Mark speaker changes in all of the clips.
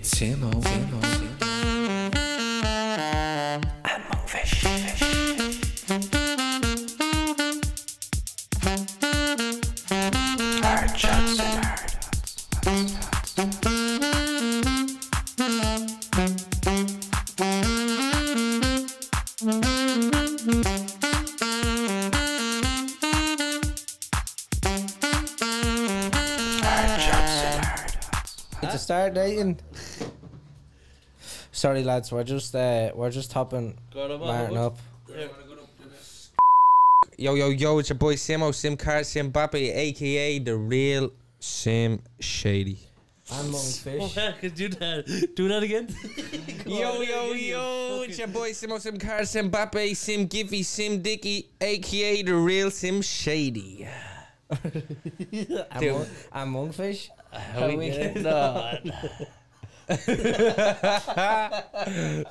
Speaker 1: Same old, same old, same old.
Speaker 2: Need to start dating. Sorry, lads. We're just uh, we're just hopping, Martin up.
Speaker 1: Yo, yo, yo, it's your boy Simo, Simcard, Simbappe, aka the real Sim Shady.
Speaker 2: And mung fish.
Speaker 3: Yeah, could do that. Do that again.
Speaker 1: Yo, yo, yo, it's your boy Simo, Simcard, Simbappe, Sim Giffy, Sim Dicky, aka the real Sim Shady.
Speaker 2: And, mung, and mung fish. How we get it?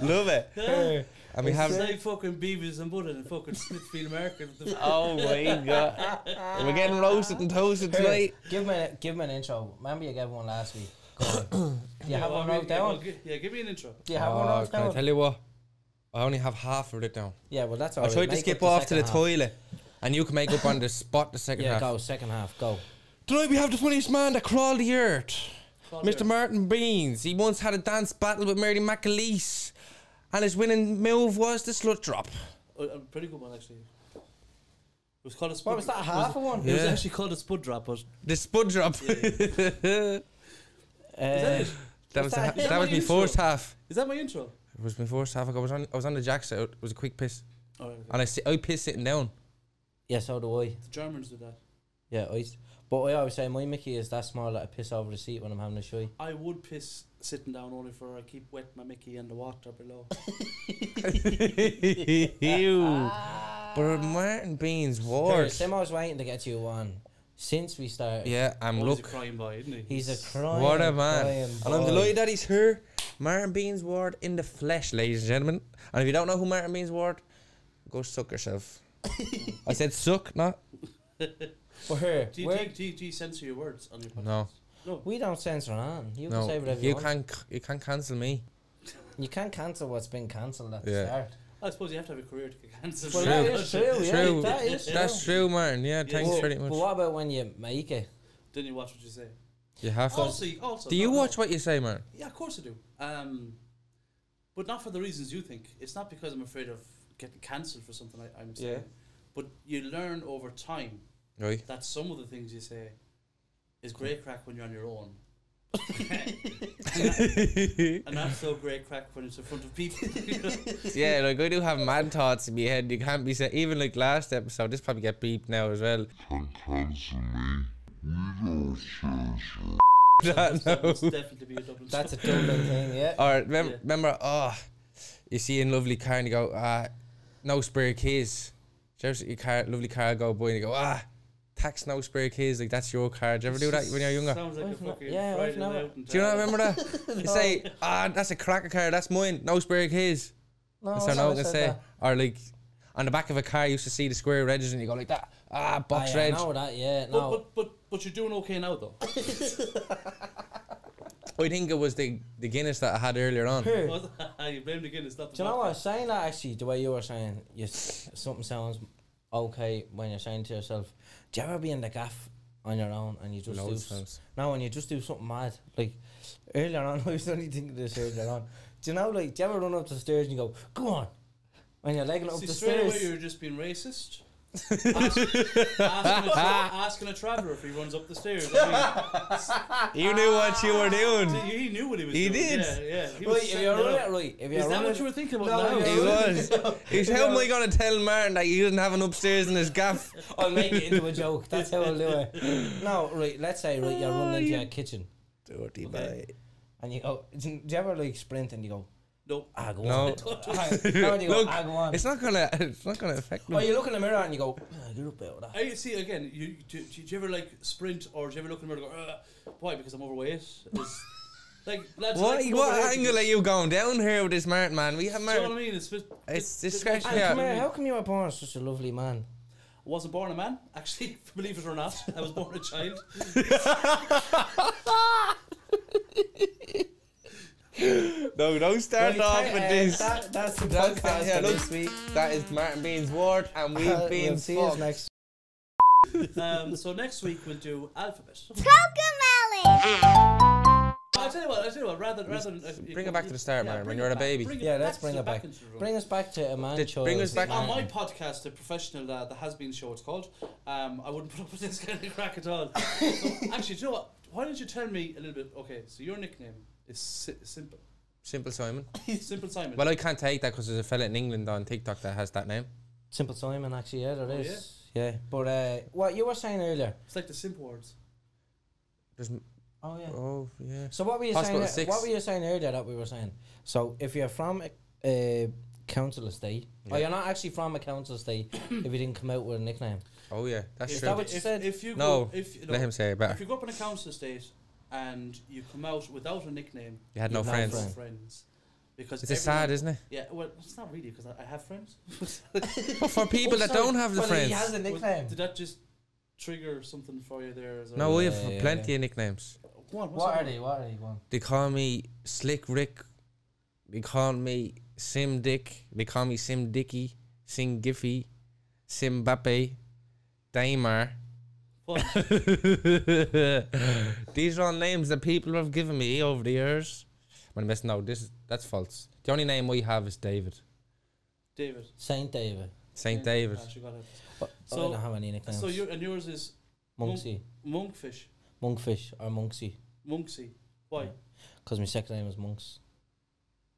Speaker 1: Love it. And we have.
Speaker 3: Say fucking Beavis and Butter and fucking Smithfield Market.
Speaker 1: Oh my god. We're getting roasted and toasted tonight.
Speaker 2: Give me a, give me an intro. Remember you gave one last week. Go on. Do you have one wrote down?
Speaker 3: Yeah, give me an intro.
Speaker 2: Do you have one
Speaker 1: Oh,
Speaker 2: wrote
Speaker 1: can I
Speaker 2: down?
Speaker 1: tell you what? I only have half of it down.
Speaker 2: Yeah, well that's
Speaker 1: I
Speaker 2: alright.
Speaker 1: tried to
Speaker 2: Make
Speaker 1: skip
Speaker 2: Oh, up
Speaker 1: off to the
Speaker 2: second half.
Speaker 1: toilet, and you can make up on the spot the second
Speaker 2: Yeah,
Speaker 1: half.
Speaker 2: go second half. Go.
Speaker 1: Tonight we have the funniest man that crawled the earth,
Speaker 3: the
Speaker 1: Mr. Martin Beans. He once had a dance battle with Mary McAleese, and his winning move was the slut drop.
Speaker 3: Oh, A pretty good one actually. It was called a spud.
Speaker 2: What was that half of one?
Speaker 3: It was
Speaker 1: Yeah.
Speaker 3: actually called a spud drop, but
Speaker 1: The spud drop.
Speaker 2: Uh,
Speaker 1: that was the, ha-
Speaker 2: that-
Speaker 1: that was my
Speaker 3: intro?
Speaker 1: first half.
Speaker 3: is that my intro?
Speaker 1: It was my first half. I was on I was on the jack, so it was a quick piss,
Speaker 3: All right, Oh, okay.
Speaker 1: and I si- I pissed sitting down.
Speaker 2: yeah, so do I.
Speaker 3: the Germans did that.
Speaker 2: Yeah, I. s- But I always say my Mickey is that small that I piss over the seat when I'm having a shit.
Speaker 3: I would piss sitting down only for I keep wet my Mickey in the water below.
Speaker 1: Ew. But Martin Beans
Speaker 2: Here,
Speaker 1: wars.
Speaker 2: Simo's waiting to get you one since we started.
Speaker 1: Yeah, I'm
Speaker 3: He's a
Speaker 1: look.
Speaker 3: crying boy, isn't he?
Speaker 2: He's a crying.
Speaker 1: What a man.
Speaker 2: crying
Speaker 1: And I'm
Speaker 2: boy.
Speaker 1: delighted that he's here. Martin Beans Ward in the flesh, ladies and gentlemen. And if you don't know who Martin Beans Ward, go suck yourself. I said suck, not.
Speaker 2: For her,
Speaker 3: Do you,
Speaker 2: we're-
Speaker 3: do, you, do, you, do you censor your words on your podcast?
Speaker 1: No.
Speaker 2: we don't censor on. You can
Speaker 1: no.
Speaker 2: say whatever you,
Speaker 1: you
Speaker 2: want.
Speaker 1: can't c- you can't cancel me.
Speaker 2: You can't cancel what's been cancelled at
Speaker 1: Yeah.
Speaker 2: the start.
Speaker 3: I suppose you have to have a career to get cancelled.
Speaker 2: Well,
Speaker 1: True.
Speaker 2: that is true. Yeah,
Speaker 1: True.
Speaker 2: that is true.
Speaker 1: That's true, Martin. Yeah, thanks
Speaker 2: But,
Speaker 1: very
Speaker 2: but
Speaker 1: much.
Speaker 2: what about when you make it?
Speaker 3: Then you watch what you say.
Speaker 1: You have to.
Speaker 3: Also, also
Speaker 1: Do you
Speaker 3: no, no.
Speaker 1: watch what you say, Martin?
Speaker 3: Yeah, of course I do. Um, but not for the reasons you think. It's not because I'm afraid of getting cancelled for something I, I'm saying.
Speaker 1: Yeah.
Speaker 3: But you learn over time
Speaker 1: Right.
Speaker 3: that some of the things you say is great crack when you're on your own. and not so great crack when it's in front of people.
Speaker 1: Yeah, like I do have mad thoughts in my head. You can't be saying even like last episode. This probably get beeped now as well.
Speaker 4: and cancel me. We don't censor.
Speaker 1: That-
Speaker 3: That
Speaker 1: no.
Speaker 3: must definitely be a double
Speaker 2: That's a Dublin thing, yeah.
Speaker 1: Or remember,
Speaker 3: Yeah.
Speaker 1: remember, oh, you see in lovely car and you go, ah, no spare keys. Do you ever see your car, lovely car go by and you go, ah, tax no spare keys. Like that's your car. Do you ever do that when you're younger?
Speaker 3: Sounds like a
Speaker 2: I've not-
Speaker 3: fucking
Speaker 2: yeah, I've
Speaker 3: Friday
Speaker 2: never-
Speaker 3: night. and
Speaker 1: Do you not
Speaker 3: Saturday.
Speaker 1: remember that? You say, ah, that's a cracker car. That's mine. No spare keys.
Speaker 2: No,
Speaker 1: That's
Speaker 2: I
Speaker 1: how no
Speaker 2: never
Speaker 1: one
Speaker 2: Oh,
Speaker 1: can
Speaker 2: said
Speaker 1: say.
Speaker 2: that.
Speaker 1: Or like, on the back of a car, you used to see the square edges and you go like that. Ah, box
Speaker 2: I
Speaker 1: reg.
Speaker 2: know that, yeah.
Speaker 3: But,
Speaker 2: No,
Speaker 3: but, but, but you're doing okay now, though.
Speaker 1: I think it was the the Guinness that I had earlier on.
Speaker 2: Here,
Speaker 3: you blamed again, it's not the
Speaker 2: Do you know
Speaker 3: vodka.
Speaker 2: what I was saying that actually? The way you were saying, you s- something sounds okay when you're saying to yourself, "Do you ever be in the gaff on your own and you just
Speaker 1: Loads of
Speaker 2: do
Speaker 1: times.
Speaker 2: s- no, and you just do something mad?" Like earlier on, I was only thinking this earlier on. Do you know, like, do you ever run up the stairs and you go, "Go on," when you're legging up
Speaker 3: See,
Speaker 2: the
Speaker 3: straight
Speaker 2: stairs?
Speaker 3: away you're just being racist. Ask- asking, a tra- asking a traveller if he runs up the stairs. I
Speaker 1: You knew what you were doing.
Speaker 3: mean, he he knew what he was
Speaker 1: He
Speaker 3: doing.
Speaker 1: did.
Speaker 3: Yeah, yeah. He
Speaker 2: Right,
Speaker 3: was
Speaker 2: if
Speaker 3: setting
Speaker 2: you're
Speaker 3: it
Speaker 2: running,
Speaker 3: up.
Speaker 2: right, if you're
Speaker 3: Is that
Speaker 2: running,
Speaker 3: what you were thinking about
Speaker 2: No,
Speaker 3: now?
Speaker 2: no.
Speaker 1: He was. He was, how am I going to tell Martin that he didn't have an upstairs in his gaff?
Speaker 2: I'll make it into a joke. That's how I'll do it. No, right. Let's say right,
Speaker 3: Ah,
Speaker 2: you're running into your kitchen
Speaker 1: Dirty
Speaker 3: Okay.
Speaker 2: and you go. Do you do you ever like sprint and you go?
Speaker 3: No.
Speaker 2: Ah, go
Speaker 1: No.
Speaker 2: on. How do you go?
Speaker 1: Look,
Speaker 2: Ah, go on.
Speaker 1: It's not gonna. It's not gonna affect
Speaker 2: Well,
Speaker 1: me.
Speaker 2: you look in the mirror and you go, "Ah, you're up there with that.
Speaker 3: I see again. You do, do you ever like sprint or do you ever look in the mirror and go, "Ugh, why? Because I'm overweight. It's, like lads,
Speaker 1: What?
Speaker 3: like,
Speaker 1: What
Speaker 3: overweight
Speaker 1: angle are you going down here with this Martin man? We have
Speaker 3: Do you know what I
Speaker 1: Martin.
Speaker 3: mean? It's, just-
Speaker 1: It's
Speaker 3: it- it-
Speaker 1: discretion.
Speaker 2: And
Speaker 1: Yeah.
Speaker 2: come here, how come you were born such a lovely man?
Speaker 3: I wasn't born a man, actually. Believe it or not, I was born a child.
Speaker 1: No, don't start
Speaker 2: Right,
Speaker 1: off
Speaker 2: uh,
Speaker 1: with this.
Speaker 2: That, that's the
Speaker 1: That's
Speaker 2: podcast
Speaker 1: yeah,
Speaker 2: for
Speaker 1: look,
Speaker 2: this week.
Speaker 1: That is Martin Bean's word, and we've
Speaker 2: Uh,
Speaker 1: been
Speaker 2: we'll see you
Speaker 1: fucked.
Speaker 2: next.
Speaker 3: Um, so next week we'll do alphabet.
Speaker 5: Cocomelon.
Speaker 3: I tell you what. I tell you what. Rather, rather than, uh,
Speaker 1: bring it back to the start, man, when
Speaker 3: bring
Speaker 1: you're
Speaker 3: it
Speaker 1: a baby.
Speaker 3: Bring it
Speaker 2: Yeah, let's
Speaker 3: to
Speaker 2: bring
Speaker 3: the
Speaker 2: it back.
Speaker 3: into the room.
Speaker 2: Bring us back to a man
Speaker 1: Did-
Speaker 2: child.
Speaker 1: bring us back-
Speaker 3: on my podcast, the professional uh, the has been show, it's called. Um, I wouldn't put up with this kind of crack at all. So, actually, do you know what? Why don't you tell me a little bit? Okay, so your nickname is si- simple,
Speaker 1: Simple Simon.
Speaker 3: simple Simon.
Speaker 1: Well, I can't take that because there's a fella in England on TikTok that has that name.
Speaker 2: Simple Simon, actually, yeah, there
Speaker 3: Oh,
Speaker 2: is. yeah. but uh, what you were saying earlier.
Speaker 3: it's like the simp words.
Speaker 1: There's, m-
Speaker 2: Oh yeah.
Speaker 1: oh yeah.
Speaker 2: So what were you
Speaker 1: Hospital
Speaker 2: saying?
Speaker 1: six.
Speaker 2: What were you saying earlier that we were saying? So if you're from a uh, council estate, or
Speaker 1: Yeah.
Speaker 2: you're not actually from a council estate, if you didn't come out with a nickname,
Speaker 1: Oh yeah. That's
Speaker 3: If-
Speaker 1: true.
Speaker 2: that what you
Speaker 3: if,
Speaker 2: said?
Speaker 3: If you
Speaker 1: No,
Speaker 3: go, if, you know,
Speaker 1: Let him say it
Speaker 3: if
Speaker 1: better.
Speaker 3: you go up in a council estate and you come out without a nickname,
Speaker 1: You had no
Speaker 2: you've no
Speaker 1: friends.
Speaker 2: friends.
Speaker 3: Because
Speaker 1: It's a
Speaker 3: everyone-
Speaker 1: sad, isn't it?
Speaker 3: Yeah, well, it's not really because I, I have friends.
Speaker 1: But for people that
Speaker 2: sorry,
Speaker 1: don't have the
Speaker 2: well,
Speaker 1: friends.
Speaker 2: he has a
Speaker 3: Well,
Speaker 2: nickname.
Speaker 3: Did that just trigger something for you there? Is there-
Speaker 1: No, I
Speaker 2: Yeah,
Speaker 1: have
Speaker 2: yeah,
Speaker 1: plenty
Speaker 2: yeah.
Speaker 1: of nicknames.
Speaker 3: Go on, what's
Speaker 2: What
Speaker 3: that
Speaker 2: are
Speaker 3: one?
Speaker 2: they? What are they? One.
Speaker 1: They call me Slick Rick. They call me Sim Dick. They call me Sim Dicky, Sim Giffy, Sim Bappe, Daimar.
Speaker 3: What?
Speaker 1: These are all names that people have given me over the years. When I'm missing out, this is, that's false. The only name we have is David,
Speaker 3: David.
Speaker 2: Saint David.
Speaker 1: Saint
Speaker 3: Yeah,
Speaker 1: David.
Speaker 3: actually got it.
Speaker 2: But I
Speaker 3: So-
Speaker 2: don't have any nicknames.
Speaker 3: So your and yours is
Speaker 2: Monksy,
Speaker 3: monkfish,
Speaker 2: Monkfish, or Monksy,
Speaker 3: monksy. Why?
Speaker 2: Yeah. because my second name is Monks.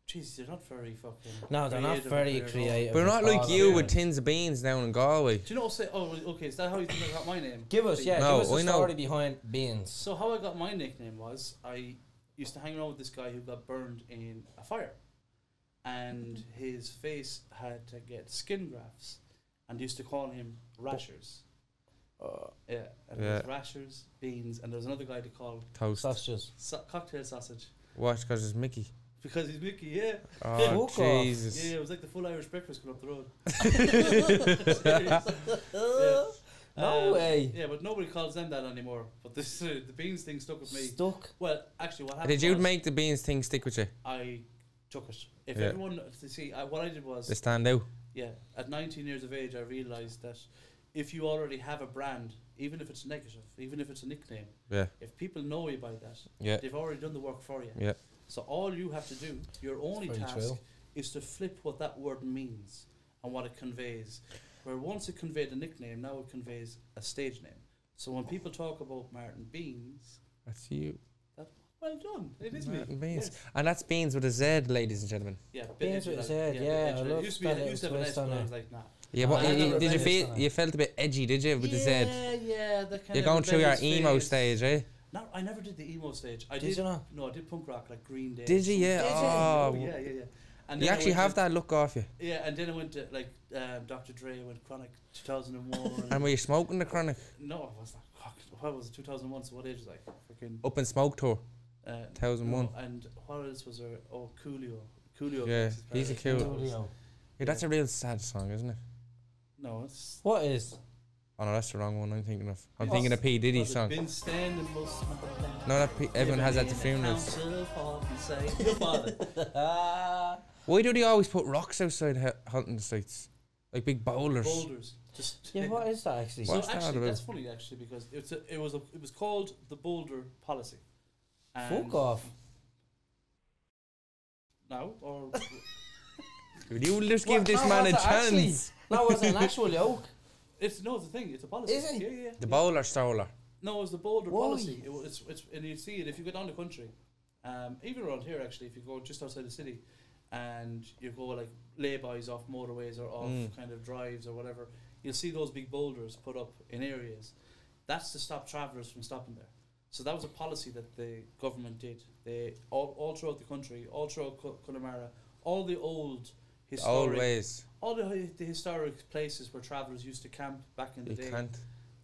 Speaker 3: Jeez, you're not very fucking.
Speaker 2: No, they're not
Speaker 3: creative
Speaker 2: very
Speaker 3: up there, no.
Speaker 2: creative.
Speaker 1: We're not
Speaker 2: at
Speaker 1: like
Speaker 2: all,
Speaker 1: you
Speaker 2: yeah.
Speaker 1: with tins of beans down in Galway.
Speaker 3: Do you know? Say, oh, well, okay. Is that how you think I got my name?
Speaker 2: Give us, yeah,
Speaker 1: No,
Speaker 2: give us
Speaker 1: I
Speaker 2: the
Speaker 1: know.
Speaker 2: story behind beans.
Speaker 3: So how I got my nickname was I used to hang around with this guy who got burned in a fire, and his face had to get skin grafts, and used to call him Rashers. Yeah, and there was Rashers, Beans, and there was another guy to call
Speaker 1: Toast.
Speaker 2: Sausages.
Speaker 3: sa- cocktail sausage
Speaker 1: Watch, because it's Mickey.
Speaker 3: because he's Mickey. Yeah,
Speaker 1: Oh,
Speaker 2: Walk off.
Speaker 1: Jesus.
Speaker 3: yeah, it was like the full Irish breakfast going up the road. Serious. Yeah.
Speaker 2: No
Speaker 3: Um,
Speaker 2: way.
Speaker 3: Yeah, but nobody calls them that anymore. But this uh, the beans thing stuck with me.
Speaker 2: Stuck.
Speaker 3: Well, actually, what happened?
Speaker 1: Did you
Speaker 3: was
Speaker 1: make the beans thing stick with you?
Speaker 3: I took it. If
Speaker 1: Yeah.
Speaker 3: everyone to see, I, what I did was,
Speaker 1: They stand out.
Speaker 3: yeah, at 19 years of age, I realized that if you already have a brand, even if it's negative, even if it's a nickname,
Speaker 1: Yeah,
Speaker 3: if people know you by that,
Speaker 1: yeah,
Speaker 3: they've already done the work for you.
Speaker 1: yeah.
Speaker 3: So all you have to do, your only
Speaker 2: very
Speaker 3: task,
Speaker 2: true.
Speaker 3: is to flip what that word means and what it conveys. Where once it conveyed a nickname, now it conveys a stage name. So when people talk about Martin Beans,
Speaker 1: That's you.
Speaker 3: well done, it is me.
Speaker 1: Martin Beans.
Speaker 3: Yes.
Speaker 1: And that's beans with a Z, ladies and gentlemen.
Speaker 3: Yeah,
Speaker 2: Beans with
Speaker 3: edgy,
Speaker 2: his
Speaker 3: like-
Speaker 2: head,
Speaker 3: bit
Speaker 2: yeah, I
Speaker 3: edgy.
Speaker 2: love
Speaker 3: It used to be,
Speaker 2: that
Speaker 3: it used to have an
Speaker 2: little
Speaker 3: S, but
Speaker 2: twist
Speaker 3: I
Speaker 2: on
Speaker 3: was
Speaker 2: it.
Speaker 3: like, nah.
Speaker 1: Yeah,
Speaker 3: Oh,
Speaker 1: but
Speaker 3: I
Speaker 1: you-
Speaker 3: never
Speaker 1: did you
Speaker 3: realized
Speaker 1: feel
Speaker 2: that.
Speaker 1: you felt a bit edgy, did you, with the Z?
Speaker 3: Yeah, yeah. the kind
Speaker 1: You're
Speaker 3: of
Speaker 1: going through your
Speaker 3: rebellious
Speaker 1: emo
Speaker 3: phase.
Speaker 1: stage, eh?
Speaker 3: No, I never did the emo stage. I
Speaker 2: Did
Speaker 3: did.
Speaker 2: you not?
Speaker 3: No, I did punk rock like Green Day.
Speaker 1: Did you? Yeah.
Speaker 3: Oh,
Speaker 1: Oh,
Speaker 3: yeah, yeah, yeah. And
Speaker 1: you
Speaker 3: then I
Speaker 1: actually
Speaker 3: went
Speaker 1: have
Speaker 3: to-
Speaker 1: that look off you.
Speaker 3: Yeah, and then I went to like um, Dr. Dre, I went Chronic 2001.
Speaker 1: And were you smoking the chronic?
Speaker 3: no, I was like, fuck, what was it, 2001? So what age was I? Fucking.
Speaker 1: Up and smoke tour,
Speaker 3: Uh, no,
Speaker 1: 1001.
Speaker 3: and what else was there? Oh, Coolio. Coolio.
Speaker 1: Yeah,
Speaker 3: mixes
Speaker 1: he's a
Speaker 3: Paradise.
Speaker 1: cool- Yeah, that's a real sad song, isn't it?
Speaker 3: No, it's.
Speaker 2: What is?
Speaker 1: Oh no, that's the wrong one I'm thinking of. I'm
Speaker 3: Yeah.
Speaker 1: thinking of P Diddy
Speaker 3: I've
Speaker 1: song.
Speaker 3: Been standing most of my life.
Speaker 1: No, that P- everyone has that to
Speaker 3: Living in a
Speaker 1: funerals.
Speaker 3: council hall and say, "Your father."
Speaker 1: Why do they always put rocks outside he- hunting sites, like big boulders?
Speaker 3: Boulders. Just
Speaker 2: Yeah, what is that actually?
Speaker 3: So
Speaker 1: What's that
Speaker 3: actually,
Speaker 1: about?
Speaker 3: that's funny actually because it's a, it was a, it was called the Boulder Policy. And
Speaker 2: Fuck off.
Speaker 3: now or
Speaker 1: Will you just
Speaker 2: What?
Speaker 1: give this
Speaker 2: No,
Speaker 1: man a
Speaker 2: was it actually-
Speaker 1: chance?
Speaker 2: No, was it an actual yoke?
Speaker 3: it's no, it's a thing. It's a policy.
Speaker 2: Is it?
Speaker 3: Yeah, yeah.
Speaker 1: The bowler stoler.
Speaker 3: No, it was the Boulder
Speaker 2: Why?
Speaker 3: Policy. It, wa- it's it's and you see it if you go down the country, um, even around here actually. If you go just outside the city, and you go like laybys off motorways or off
Speaker 1: Mm.
Speaker 3: kind of drives or whatever, you'll see those big boulders put up in areas. That's to stop travellers from stopping there. So that was a policy that the government did. They all, all throughout the country, all throughout Co- Connemara, all the old historic,
Speaker 1: Always.
Speaker 3: all the, hi- the historic places where travellers used to camp back in the
Speaker 1: You
Speaker 3: day
Speaker 1: can't.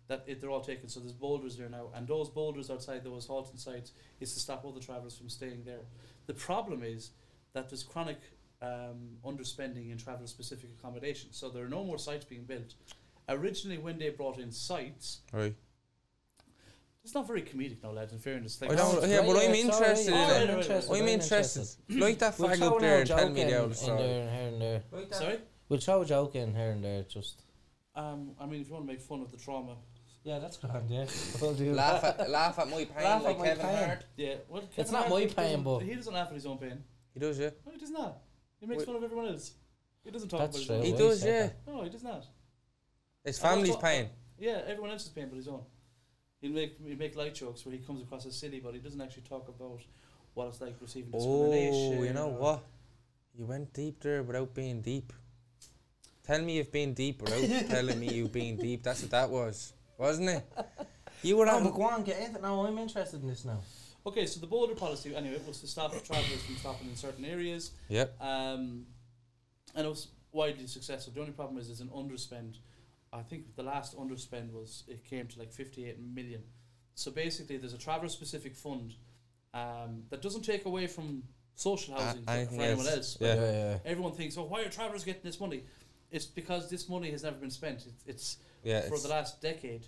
Speaker 3: that it, they're all taken. So there's boulders there now, and those boulders outside those halting sites is to stop other travellers from staying there. The problem is that there's chronic um, underspending in traveller specific accommodation, so there are no more sites being built. Originally, when they brought in sites,
Speaker 1: Right.
Speaker 3: It's not very comedic now, lads, in fairness. Like,
Speaker 1: I don't-
Speaker 2: it's
Speaker 1: yeah,
Speaker 2: great,
Speaker 1: but I'm
Speaker 2: it's all
Speaker 1: interested
Speaker 2: right,
Speaker 3: in
Speaker 2: yeah, Oh,
Speaker 3: it.
Speaker 2: I'm interested,
Speaker 1: I'm
Speaker 2: I'm
Speaker 1: interested. Like that
Speaker 2: We'll
Speaker 1: fag
Speaker 2: throw
Speaker 1: up
Speaker 2: in
Speaker 1: there
Speaker 2: our
Speaker 1: and tell
Speaker 2: joke
Speaker 1: me
Speaker 2: in,
Speaker 1: the old
Speaker 2: in
Speaker 1: story.
Speaker 2: there and here and there.
Speaker 3: Sorry?
Speaker 2: We'll throw a joke in here and there. Just
Speaker 3: Um, I mean, if you want to make fun of the trauma.
Speaker 2: yeah, that's grand. Yeah, we'll do
Speaker 1: Laugh
Speaker 2: that.
Speaker 1: at laugh at my pain
Speaker 2: Laugh at
Speaker 1: like
Speaker 2: my
Speaker 1: Kevin
Speaker 2: pain.
Speaker 1: Hart.
Speaker 3: Yeah, well,
Speaker 2: It's
Speaker 3: Kevin
Speaker 2: not
Speaker 3: Hart
Speaker 2: my
Speaker 3: doesn't-
Speaker 2: pain, but-
Speaker 3: He doesn't laugh at his own pain.
Speaker 1: He does, yeah.
Speaker 3: No, he does not. He makes
Speaker 1: Wait.
Speaker 3: fun of everyone else. He doesn't talk
Speaker 2: That's
Speaker 3: about
Speaker 2: true.
Speaker 1: He
Speaker 3: his
Speaker 2: well,
Speaker 3: own.
Speaker 1: does,
Speaker 2: said
Speaker 1: yeah.
Speaker 2: that.
Speaker 3: No, he does not.
Speaker 1: His
Speaker 3: I don't
Speaker 1: family's
Speaker 3: thought-
Speaker 1: pain.
Speaker 3: Yeah, everyone else's pain but his own. He'll make he'll make light jokes where he comes across as silly, but he doesn't actually talk about what it's like receiving discrimination.
Speaker 1: Oh, you know
Speaker 3: or-
Speaker 1: what? You went deep there without being deep. Tell me you've been deep without telling me you've been deep. That's what that was, wasn't it? You were
Speaker 2: No,
Speaker 1: having
Speaker 2: but go on, get into it. No, I'm interested in this now.
Speaker 3: Okay, so the border policy anyway was to stop travellers from stopping in certain areas,
Speaker 1: Yep.
Speaker 3: um, and it was widely successful. The only problem is it's an underspend. I think the last underspend was it came to like fifty-eight million. So basically, there's a traveller-specific fund um, that doesn't take away from social
Speaker 1: A-
Speaker 3: housing for-
Speaker 1: anything
Speaker 3: for anyone
Speaker 1: else,
Speaker 3: else.
Speaker 1: yeah.
Speaker 2: yeah.
Speaker 3: Everyone thinks, oh, why are travellers getting this money? It's because this money has never been spent. It's, it's
Speaker 1: Yeah.
Speaker 3: for
Speaker 1: it's-
Speaker 3: the last decade.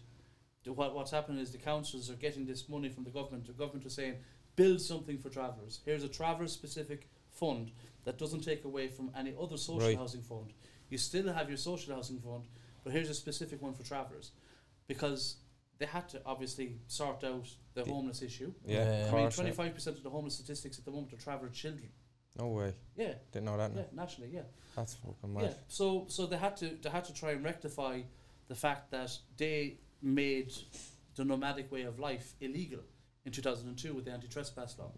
Speaker 3: the- What, what's happening is the councils are getting this money from the government. The government is saying, build something for travellers. Here's a traveller specific fund that doesn't take away from any other social
Speaker 1: Right.
Speaker 3: housing fund. You still have your social housing fund, but here's a specific one for travellers. Because they had to obviously sort out the
Speaker 1: The-
Speaker 3: homeless issue.
Speaker 1: Yeah.
Speaker 2: Yeah, yeah.
Speaker 1: of
Speaker 3: I mean,
Speaker 1: course, yeah.
Speaker 3: 25% of the homeless statistics at the moment are traveller children.
Speaker 1: No way.
Speaker 3: Yeah,
Speaker 1: Didn't know that. no.
Speaker 3: yeah, nationally, yeah.
Speaker 1: That's fucking
Speaker 3: Yeah.
Speaker 1: mad.
Speaker 3: So so they had to they had to try and rectify the fact that they made the nomadic way of life illegal in 2002 with the anti-trespass law,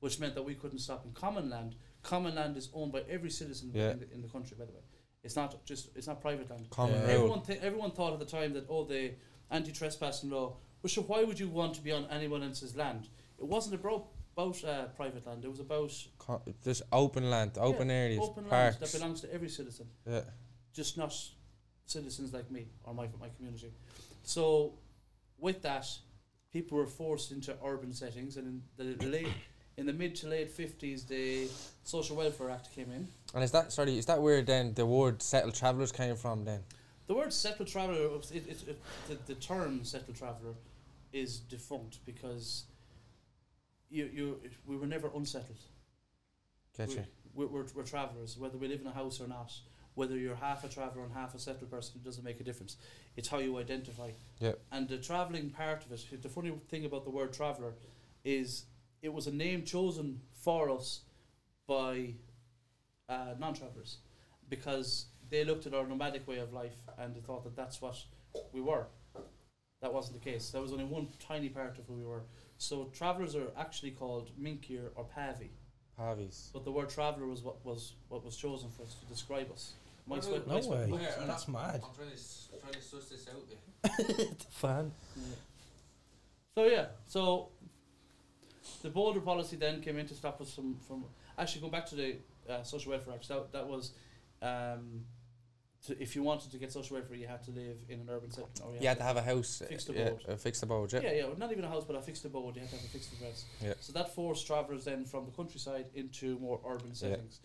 Speaker 3: which meant that we couldn't stop in common land. Common land is owned by every citizen
Speaker 1: Yeah.
Speaker 3: in, the, in the country, by the way. It's not just it's not private land.
Speaker 1: Common
Speaker 2: Yeah.
Speaker 1: rule.
Speaker 3: Everyone th- everyone thought at the time that oh the anti-trespassing law. Well, sure, why would you want to be on anyone else's land? It wasn't about about uh, private land. It was about
Speaker 1: Co- just open land, open
Speaker 3: yeah,
Speaker 1: areas,
Speaker 3: open land that
Speaker 1: parks.
Speaker 3: belongs to every citizen
Speaker 1: yeah.
Speaker 3: just not citizens like me or my my community. So, with that, people were forced into urban settings, and in the late, in the mid to late fifties, the Social Welfare Act came in.
Speaker 1: And is that sorry? Is that where then the word settled travellers came from? Then
Speaker 3: The word "settled traveller," was- it, it, it, the, the term "settled traveller," is defunct because you you we were never unsettled.
Speaker 1: gotcha.
Speaker 3: We're, we're, we're travellers, whether we live in a house or not. Whether you're half a traveller and half a settled person, it doesn't make a difference. It's how you identify.
Speaker 1: Yep.
Speaker 3: And the travelling part of it, the funny thing about the word traveller is it was a name chosen for us by uh, non travellers because they looked at our nomadic way of life and they thought that that's what we were. That wasn't the case. That was only one tiny part of who we were. So travellers are actually called Minkir or Pavi.
Speaker 1: Pavies.
Speaker 3: But the word traveller was what was what was chosen for us to describe us. My
Speaker 1: Well,
Speaker 3: spe-
Speaker 2: No
Speaker 3: my spe-
Speaker 2: way.
Speaker 1: Where? That's
Speaker 2: That's mad.
Speaker 1: trying to trying to suss this out.
Speaker 2: Fan.
Speaker 3: So yeah, so the border policy then came in to stop us from, from actually going back to the uh, social welfare act. That that was um, to, if you wanted to get social welfare, you had to live in an urban setting. Or you
Speaker 1: Yeah. You had to have a house. uh,
Speaker 3: Fixed
Speaker 1: yeah,
Speaker 3: abode.
Speaker 1: a fixed abode. Yeah.
Speaker 3: yeah, yeah, well, not even a house, but a fixed abode. You had to have a fixed address.
Speaker 1: Yeah.
Speaker 3: So that forced travellers then from the countryside into more urban
Speaker 1: Yeah.
Speaker 3: settings.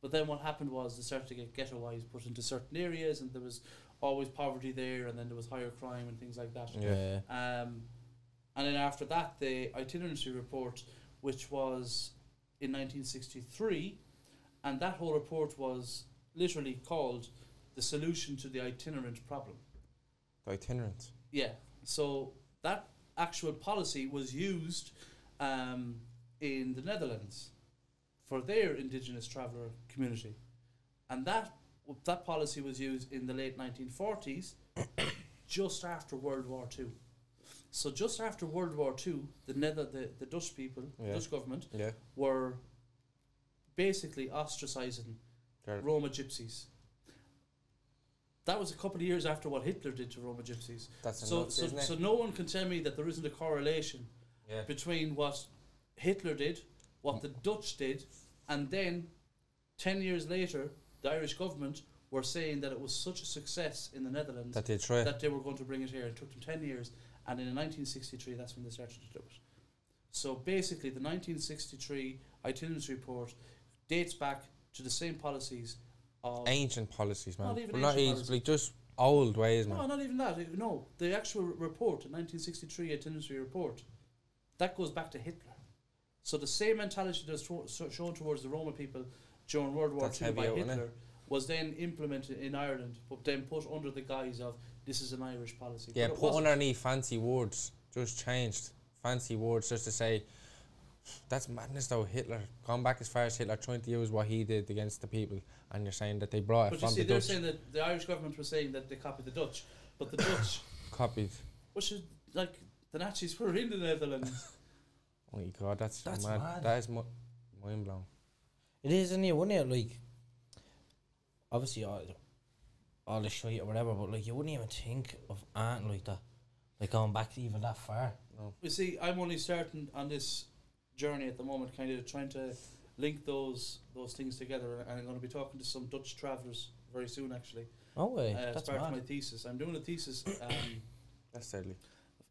Speaker 3: But then what happened was they started to get ghettoized, put into certain areas, and there was always poverty there, and then there was higher crime and things like that.
Speaker 1: Mm.
Speaker 2: Yeah.
Speaker 3: Um, and then after that, the itinerancy report, which was in 1963, and that whole report was literally called the solution to the itinerant problem.
Speaker 1: The itinerant.
Speaker 3: Yeah. So that actual policy was used um, in the Netherlands for their indigenous traveller community, and that that policy was used in the late 1940s, just after World War Two. So just after World War Two, the Nether the, the Dutch people,
Speaker 1: Yeah.
Speaker 3: the Dutch government
Speaker 1: Yeah.
Speaker 3: were basically ostracizing
Speaker 1: They're-
Speaker 3: Roma gypsies. That was a couple of years after what Hitler did to Roma gypsies.
Speaker 1: That's
Speaker 3: So,
Speaker 1: nuts,
Speaker 3: so,
Speaker 1: isn't it?
Speaker 3: so no one can tell me that there isn't a correlation
Speaker 1: yeah.
Speaker 3: between what Hitler did, what the Dutch did, and then ten years later, the Irish government were saying that it was such a success in the Netherlands
Speaker 1: That they try.
Speaker 3: that they were going to bring it here. It took them 10 years, and in 1963, that's when they started to do it. So basically, the 1963 itinerance report dates back to the same policies of.
Speaker 1: ancient policies, man.
Speaker 3: Not even
Speaker 1: Well, not
Speaker 3: ancient
Speaker 1: easy,
Speaker 3: policies.
Speaker 1: like just old ways,
Speaker 3: No,
Speaker 1: man.
Speaker 3: not even that. It- No, the actual r- report, the 1963 itinerary report, that goes back to Hitler. So the same mentality that's tro- so shown towards the Roma people during World War
Speaker 1: That's
Speaker 3: II by
Speaker 1: heavy out, innit?
Speaker 3: Hitler was then implemented in Ireland, but then put under the guise of this is an Irish policy.
Speaker 1: Yeah,
Speaker 3: But it
Speaker 1: put
Speaker 3: wasn't.
Speaker 1: underneath fancy words. Just changed fancy words just to say that's madness though. Hitler gone back as far as Hitler trying to use what he did against the people, and you're saying that they brought it
Speaker 3: But you
Speaker 1: from
Speaker 3: see,
Speaker 1: the
Speaker 3: they're
Speaker 1: Dutch.
Speaker 3: saying that the Irish government were saying that they copied the Dutch, but the Dutch,
Speaker 1: Copied.
Speaker 3: which is like the Nazis were in the Netherlands.
Speaker 1: Oh my god, that's,
Speaker 2: That's
Speaker 1: mad.
Speaker 2: mad.
Speaker 1: That is mu- mind blown.
Speaker 2: It is, isn't it? Wouldn't it? Like, obviously, all, all the shit or whatever, but like, you wouldn't even think of anything like that. Like, going back even that far.
Speaker 3: You see, I'm only starting on this journey at the moment, kind of trying to link those those things together. And I'm going to be talking to some Dutch travellers very soon, actually.
Speaker 2: No way.
Speaker 3: uh, as
Speaker 2: That's
Speaker 3: part of my
Speaker 2: mad.
Speaker 3: thesis, I'm doing a thesis um,
Speaker 1: That's deadly.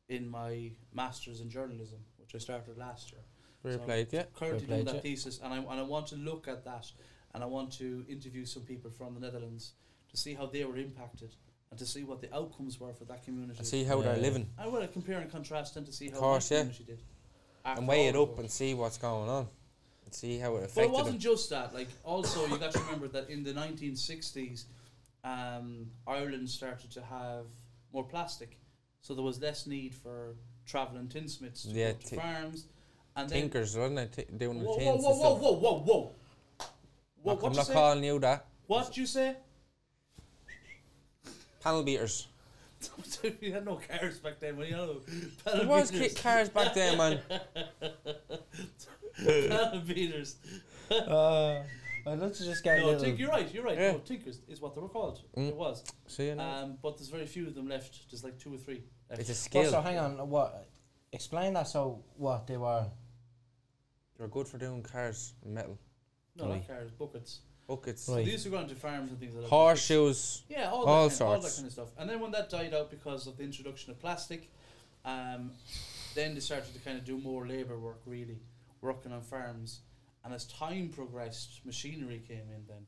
Speaker 3: in my masters in journalism, which I started last year.
Speaker 1: Fair
Speaker 3: So-
Speaker 1: played, yeah.
Speaker 3: Currently
Speaker 2: Fair
Speaker 3: doing
Speaker 2: play to
Speaker 3: that
Speaker 2: you.
Speaker 3: thesis, and I and I want to look at that, and I want to interview some people from the Netherlands to see how they were impacted and to see what the outcomes were for that community.
Speaker 1: And see how they're
Speaker 2: Yeah.
Speaker 1: living
Speaker 3: I want to compare and contrast and to see how
Speaker 1: course,
Speaker 3: my
Speaker 1: yeah.
Speaker 3: community did. after
Speaker 1: and weigh
Speaker 3: all
Speaker 1: it
Speaker 3: the
Speaker 1: up
Speaker 3: wars.
Speaker 1: and see what's going on. And see how it
Speaker 3: Well, it
Speaker 1: affected
Speaker 3: wasn't
Speaker 1: them.
Speaker 3: just that. Like, also, you got to remember that in the 1960s, um, Ireland started to have more plastic, so there was less need for traveling tinsmiths to
Speaker 1: Yeah,
Speaker 3: go to
Speaker 1: ti-
Speaker 3: farms. And then,
Speaker 1: Tinkers, wasn't it? T- doing
Speaker 3: whoa,
Speaker 1: the
Speaker 3: whoa,
Speaker 1: tins
Speaker 3: whoa,
Speaker 1: and
Speaker 3: whoa,
Speaker 1: stuff.
Speaker 3: whoa, whoa, whoa! Wha-
Speaker 1: I'm
Speaker 3: What you
Speaker 1: not
Speaker 3: say?
Speaker 1: calling you that.
Speaker 3: What you say?
Speaker 1: Panel beaters.
Speaker 3: we had no cars back then. What do you know?
Speaker 1: There was ki- cars back then, man.
Speaker 3: Panabiners.
Speaker 2: Uh, I'd love to just get a
Speaker 3: No,
Speaker 2: little.
Speaker 3: tink, you're right. You're right.
Speaker 1: Yeah.
Speaker 3: No, tinkers is what they were called.
Speaker 1: Mm.
Speaker 3: It was.
Speaker 1: See you know.
Speaker 3: Um, but there's very few of them left. There's like two or three. Left.
Speaker 1: It's a
Speaker 2: What, so
Speaker 1: skill.
Speaker 2: hang on, what? Explain that. So, what they were.
Speaker 1: You're good for doing cars, and metal,
Speaker 3: No, not
Speaker 2: Right.
Speaker 3: cars, buckets.
Speaker 1: buckets,
Speaker 2: Right.
Speaker 3: They used to go onto farms and things like that.
Speaker 1: horseshoes.
Speaker 3: Yeah, all,
Speaker 1: all
Speaker 3: that kind, all that
Speaker 1: sorts.
Speaker 3: kind of stuff. And then when that died out because of the introduction of plastic, um, then they started to kind of do more labour work, really, working on farms. And as time progressed, machinery came in then.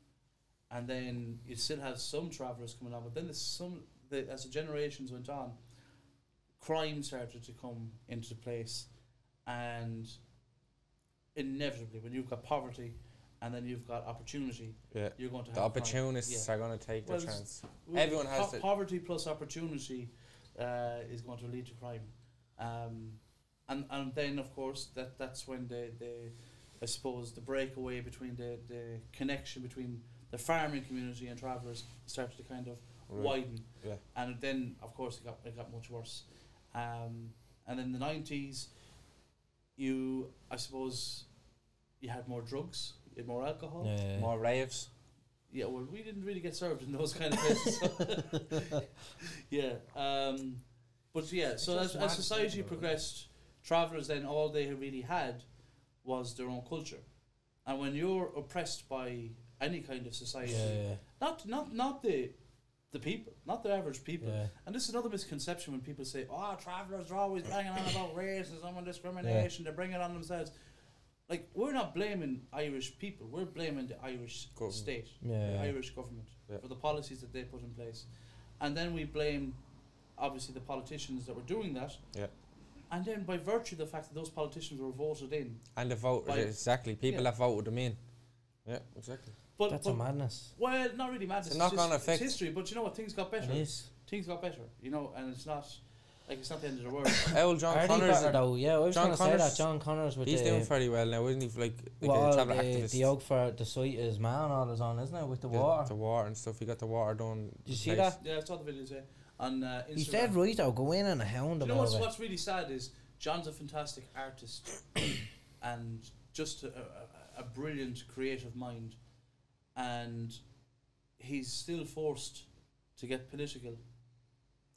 Speaker 3: And then you still have some travellers coming on, but then there's some, the, as the generations went on, crime started to come into place. And inevitably, when you've got poverty and then you've got opportunity,
Speaker 1: Yeah.
Speaker 3: you're going to have
Speaker 1: The
Speaker 3: crime.
Speaker 1: opportunists
Speaker 3: Yeah.
Speaker 1: are gonna take
Speaker 3: Well,
Speaker 1: their
Speaker 3: it's-
Speaker 1: chance.
Speaker 3: Well,
Speaker 1: Everyone has
Speaker 3: po-
Speaker 1: to-
Speaker 3: poverty plus opportunity uh, is going to lead to crime, um, and and then of course that that's when the the I suppose the breakaway between the the connection between the farming community and travellers started to kind of
Speaker 1: Right.
Speaker 3: widen,
Speaker 1: Yeah.
Speaker 3: and then of course it got it got much worse, um, and in the nineties, you I suppose you had more drugs, you had more alcohol.
Speaker 2: Yeah.
Speaker 1: More raves.
Speaker 3: Yeah, well, we didn't really get served in those kind of places. so- yeah, um, but yeah. So
Speaker 2: It's
Speaker 3: as,
Speaker 2: just
Speaker 3: as
Speaker 2: mad
Speaker 3: society
Speaker 2: thinking about it.
Speaker 3: progressed, travelers then all they really had was their own culture, and when you're oppressed by any kind of
Speaker 2: Yeah.
Speaker 3: society,
Speaker 2: Yeah.
Speaker 3: not not not the the people, not the average people.
Speaker 2: yeah.
Speaker 3: And this is another misconception when people say, "Oh, travelers are always banging on about racism and discrimination. They bring it on themselves." Like we're not blaming Irish people. We're blaming the Irish
Speaker 1: Government.
Speaker 3: state the
Speaker 2: yeah.
Speaker 3: Irish government
Speaker 1: Yeah.
Speaker 3: for the policies that they put in place. And then we blame, obviously, the politicians that were doing that.
Speaker 1: Yeah.
Speaker 3: And then, by virtue of the fact that those politicians were voted in,
Speaker 1: And the voters,
Speaker 3: Like-
Speaker 1: exactly. People
Speaker 3: Yeah.
Speaker 1: that voted them in. Yeah, exactly.
Speaker 3: but,
Speaker 2: That's
Speaker 3: but
Speaker 2: a madness.
Speaker 3: well, not really madness.
Speaker 1: It's a knock-on
Speaker 3: just-
Speaker 1: effect.
Speaker 3: It's history, but you know what? Things got
Speaker 2: It
Speaker 3: better.
Speaker 2: is.
Speaker 3: Things got better, you know, and it's not like it's not the end of the world.
Speaker 1: Old John
Speaker 2: Already
Speaker 1: Connors,
Speaker 2: better though. Yeah, I was
Speaker 1: John
Speaker 2: going to say that.
Speaker 1: Connors-
Speaker 2: John Connors with
Speaker 1: he's
Speaker 2: the.
Speaker 1: doing fairly well now, isn't he? Like, like a
Speaker 2: well,
Speaker 1: travel
Speaker 2: the,
Speaker 1: activist.
Speaker 2: the oak for the site is man all is on, isn't it? With the,
Speaker 1: The-
Speaker 2: water.
Speaker 1: the water and stuff. He got the water done.
Speaker 2: Did you see
Speaker 1: replaced.
Speaker 3: yeah, I saw the videos yeah, on uh, Instagram.
Speaker 2: He's dead right though. Go in and hound
Speaker 3: You
Speaker 2: him
Speaker 3: know what's,
Speaker 2: over.
Speaker 3: what's really sad is John's a fantastic artist and just a, a, a brilliant creative mind, and he's still forced to get political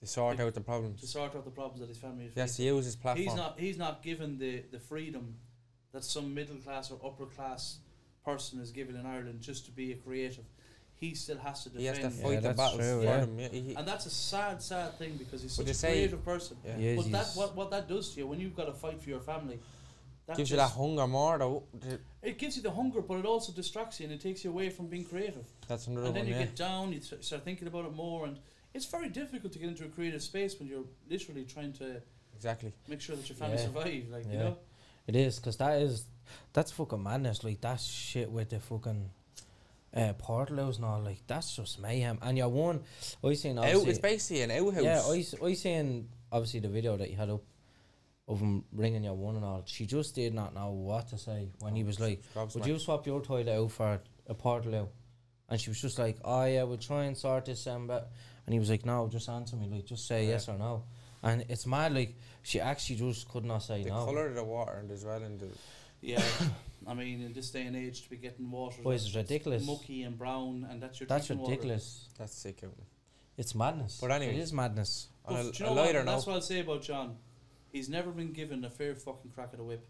Speaker 1: To sort out the problems.
Speaker 3: to sort out the problems that his family is
Speaker 1: He has to
Speaker 3: facing.
Speaker 1: use his platform.
Speaker 3: he's not he's not given the, the freedom that some middle class or upper class person is given in Ireland just to be a creative. He still has to defend,
Speaker 1: he has to
Speaker 2: Yeah,
Speaker 1: fight the
Speaker 2: that's
Speaker 1: battles
Speaker 2: true,
Speaker 1: for
Speaker 2: yeah.
Speaker 1: them. Yeah, he- he-
Speaker 3: and that's a sad, sad thing because he's such
Speaker 1: Would you
Speaker 3: a
Speaker 1: say-
Speaker 3: creative person.
Speaker 1: yeah.
Speaker 2: He is,
Speaker 3: But that
Speaker 2: he's-
Speaker 3: what what that does to you when you've got to fight for your family, that
Speaker 1: Gives you that
Speaker 3: just-
Speaker 1: hunger more, though. Th-
Speaker 3: it gives you the hunger, but it also distracts you and it takes you away from being creative.
Speaker 1: That's another
Speaker 3: and
Speaker 1: one,
Speaker 3: then you
Speaker 1: yeah.
Speaker 3: get down, you th- start thinking about it more, and It's very difficult to get into a creative space when you're literally trying to
Speaker 1: Exactly.
Speaker 3: make sure that your family
Speaker 2: Yeah.
Speaker 3: survive. Like you
Speaker 2: Yeah.
Speaker 3: know,
Speaker 2: It is, because that is, that's fucking madness. Like, that shit with the fucking uh, portaloos and all, like, that's just mayhem. And you're one, I seen,
Speaker 1: Out,
Speaker 2: obviously,
Speaker 1: it's basically an outhouse.
Speaker 2: yeah, I, s- I seen, obviously, the video that you had up of him ringing your one and all. She just did not know what to say when he was like,
Speaker 1: Gobsmacked.
Speaker 2: would you swap your toilet out for a portaloo? And she was just like, oh yeah, we'll try and sort this out. But and he was like, no, just answer me, like, just say
Speaker 1: Yeah.
Speaker 2: yes or no. And it's mad, like, she actually just could not say
Speaker 1: the
Speaker 2: no.
Speaker 1: color of the water and as well and the
Speaker 3: yeah. I mean, in this day and age, to be getting water
Speaker 2: Boy, it's
Speaker 3: that's
Speaker 2: ridiculous.
Speaker 3: mucky and brown, and that's your
Speaker 2: That's
Speaker 3: drinking water.
Speaker 2: ridiculous.
Speaker 1: that's sick out.
Speaker 2: It's madness.
Speaker 1: But anyway.
Speaker 2: it is madness.
Speaker 3: But
Speaker 1: On a,
Speaker 3: do you know
Speaker 1: a
Speaker 3: what?
Speaker 1: lighter
Speaker 3: That's
Speaker 1: note,
Speaker 3: what I'll say about John. He's never been given a fair fucking crack at a whip.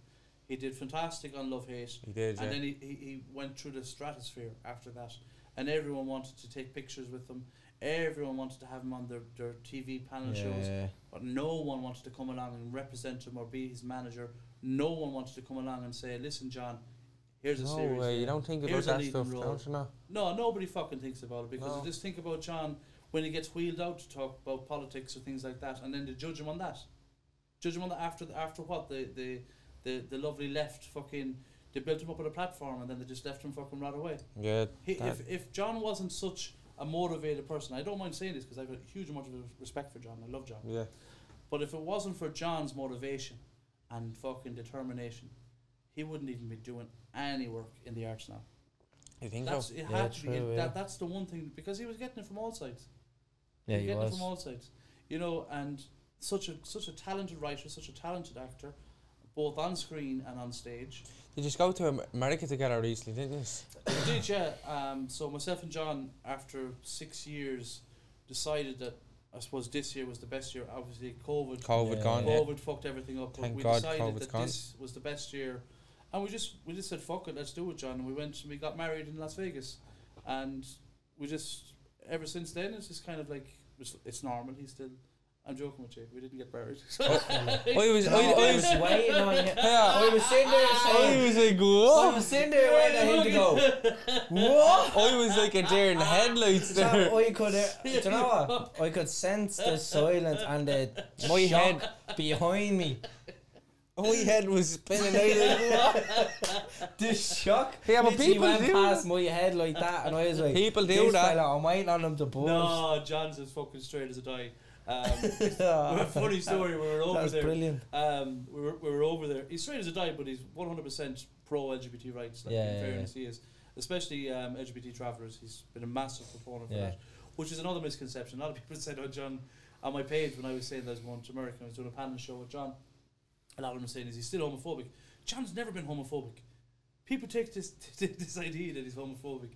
Speaker 3: He did fantastic on Love Hate,
Speaker 1: he did.
Speaker 3: and
Speaker 1: yeah.
Speaker 3: then he, he, he went through the stratosphere after that. And everyone wanted to take pictures with him. Everyone wanted to have him on their, their TV panel shows.
Speaker 2: Yeah.
Speaker 3: But no one wanted to come along and represent him or be his manager. No one wanted to come along and say, listen, John, here's a
Speaker 1: no
Speaker 3: series.
Speaker 1: way,
Speaker 3: here."
Speaker 1: you don't think about
Speaker 3: Here's a
Speaker 1: that
Speaker 3: leading
Speaker 1: stuff,
Speaker 3: role.
Speaker 1: don't you know?
Speaker 3: No, nobody fucking thinks about it because
Speaker 1: No.
Speaker 3: you just think about John when he gets wheeled out to talk about politics or things like that, and then they judge him on that. Judge him on that after the, after what the the, the the lovely left fucking they built him up on a platform and then they just left him fucking right away.
Speaker 1: Yeah,
Speaker 3: He,
Speaker 1: That-
Speaker 3: if if John wasn't such a motivated person, I don't mind saying this because I have a huge amount of respect for John. I love John,
Speaker 1: yeah.
Speaker 3: but if it wasn't for John's motivation and fucking determination, he wouldn't even be doing any work in the arts now.
Speaker 1: You think so?
Speaker 3: That's, it
Speaker 2: Yeah,
Speaker 3: had to be.
Speaker 2: true, yeah.
Speaker 3: That, that's the one thing because he was getting it from all sides.
Speaker 2: Yeah,
Speaker 3: he was
Speaker 2: he
Speaker 3: getting
Speaker 2: was.
Speaker 3: it from all sides. You know, and such a such a talented writer, such a talented actor, both on screen and on stage.
Speaker 1: Did you go to Am- America together recently, didn't you?
Speaker 3: We did yeah. Um, so myself and John, after six years, decided that I suppose this year was the best year. Obviously, COVID.
Speaker 1: COVID
Speaker 2: Yeah.
Speaker 1: gone, yeah.
Speaker 3: COVID fucked everything up. but
Speaker 1: Thank
Speaker 3: we
Speaker 1: God
Speaker 3: decided
Speaker 1: COVID's
Speaker 3: that
Speaker 1: gone.
Speaker 3: this was the best year, and we just we just said fuck it, let's do it, John. And we went and we got married in Las Vegas, and we just ever since then it's just kind of like it's, it's normal. He's still. I'm joking with you. We didn't get married.
Speaker 1: I was, I, I was,
Speaker 2: was waiting on you.
Speaker 1: yeah.
Speaker 2: I was sitting there
Speaker 1: I
Speaker 2: saying,
Speaker 1: was like,
Speaker 2: I
Speaker 1: what?
Speaker 2: was sitting there waiting for him to go. What?
Speaker 1: I was like a deer in
Speaker 2: So
Speaker 1: headlights there.
Speaker 2: I could, uh, do you know what? I could sense the silence and the
Speaker 1: My
Speaker 2: shock
Speaker 1: head,
Speaker 2: behind me.
Speaker 1: my head was spinning out. Like,
Speaker 2: The shock.
Speaker 1: Yeah, but
Speaker 2: literally
Speaker 1: people
Speaker 2: went
Speaker 1: do
Speaker 2: past my head like that, and I was like,
Speaker 1: People do
Speaker 2: "This
Speaker 1: that."
Speaker 2: Fella, I'm waiting on him to burst.
Speaker 3: no, John's as fucking straight as a die. Um, funny story. We were
Speaker 2: that
Speaker 3: over
Speaker 2: was
Speaker 3: there.
Speaker 2: brilliant.
Speaker 3: Um, we were, we were over there. He's straight as a die, but he's 100% pro LGBT rights. Like,
Speaker 2: Yeah,
Speaker 3: in
Speaker 2: yeah,
Speaker 3: fairness, he is. Especially um, LGBT travellers. He's been a massive proponent for
Speaker 2: Yeah.
Speaker 3: that, which is another misconception. A lot of people said, oh, John, on my page when I was saying that I was going to America, I was doing a panel show with John. A lot of them are saying is he's still homophobic. John's never been homophobic. People take this this idea that he's homophobic.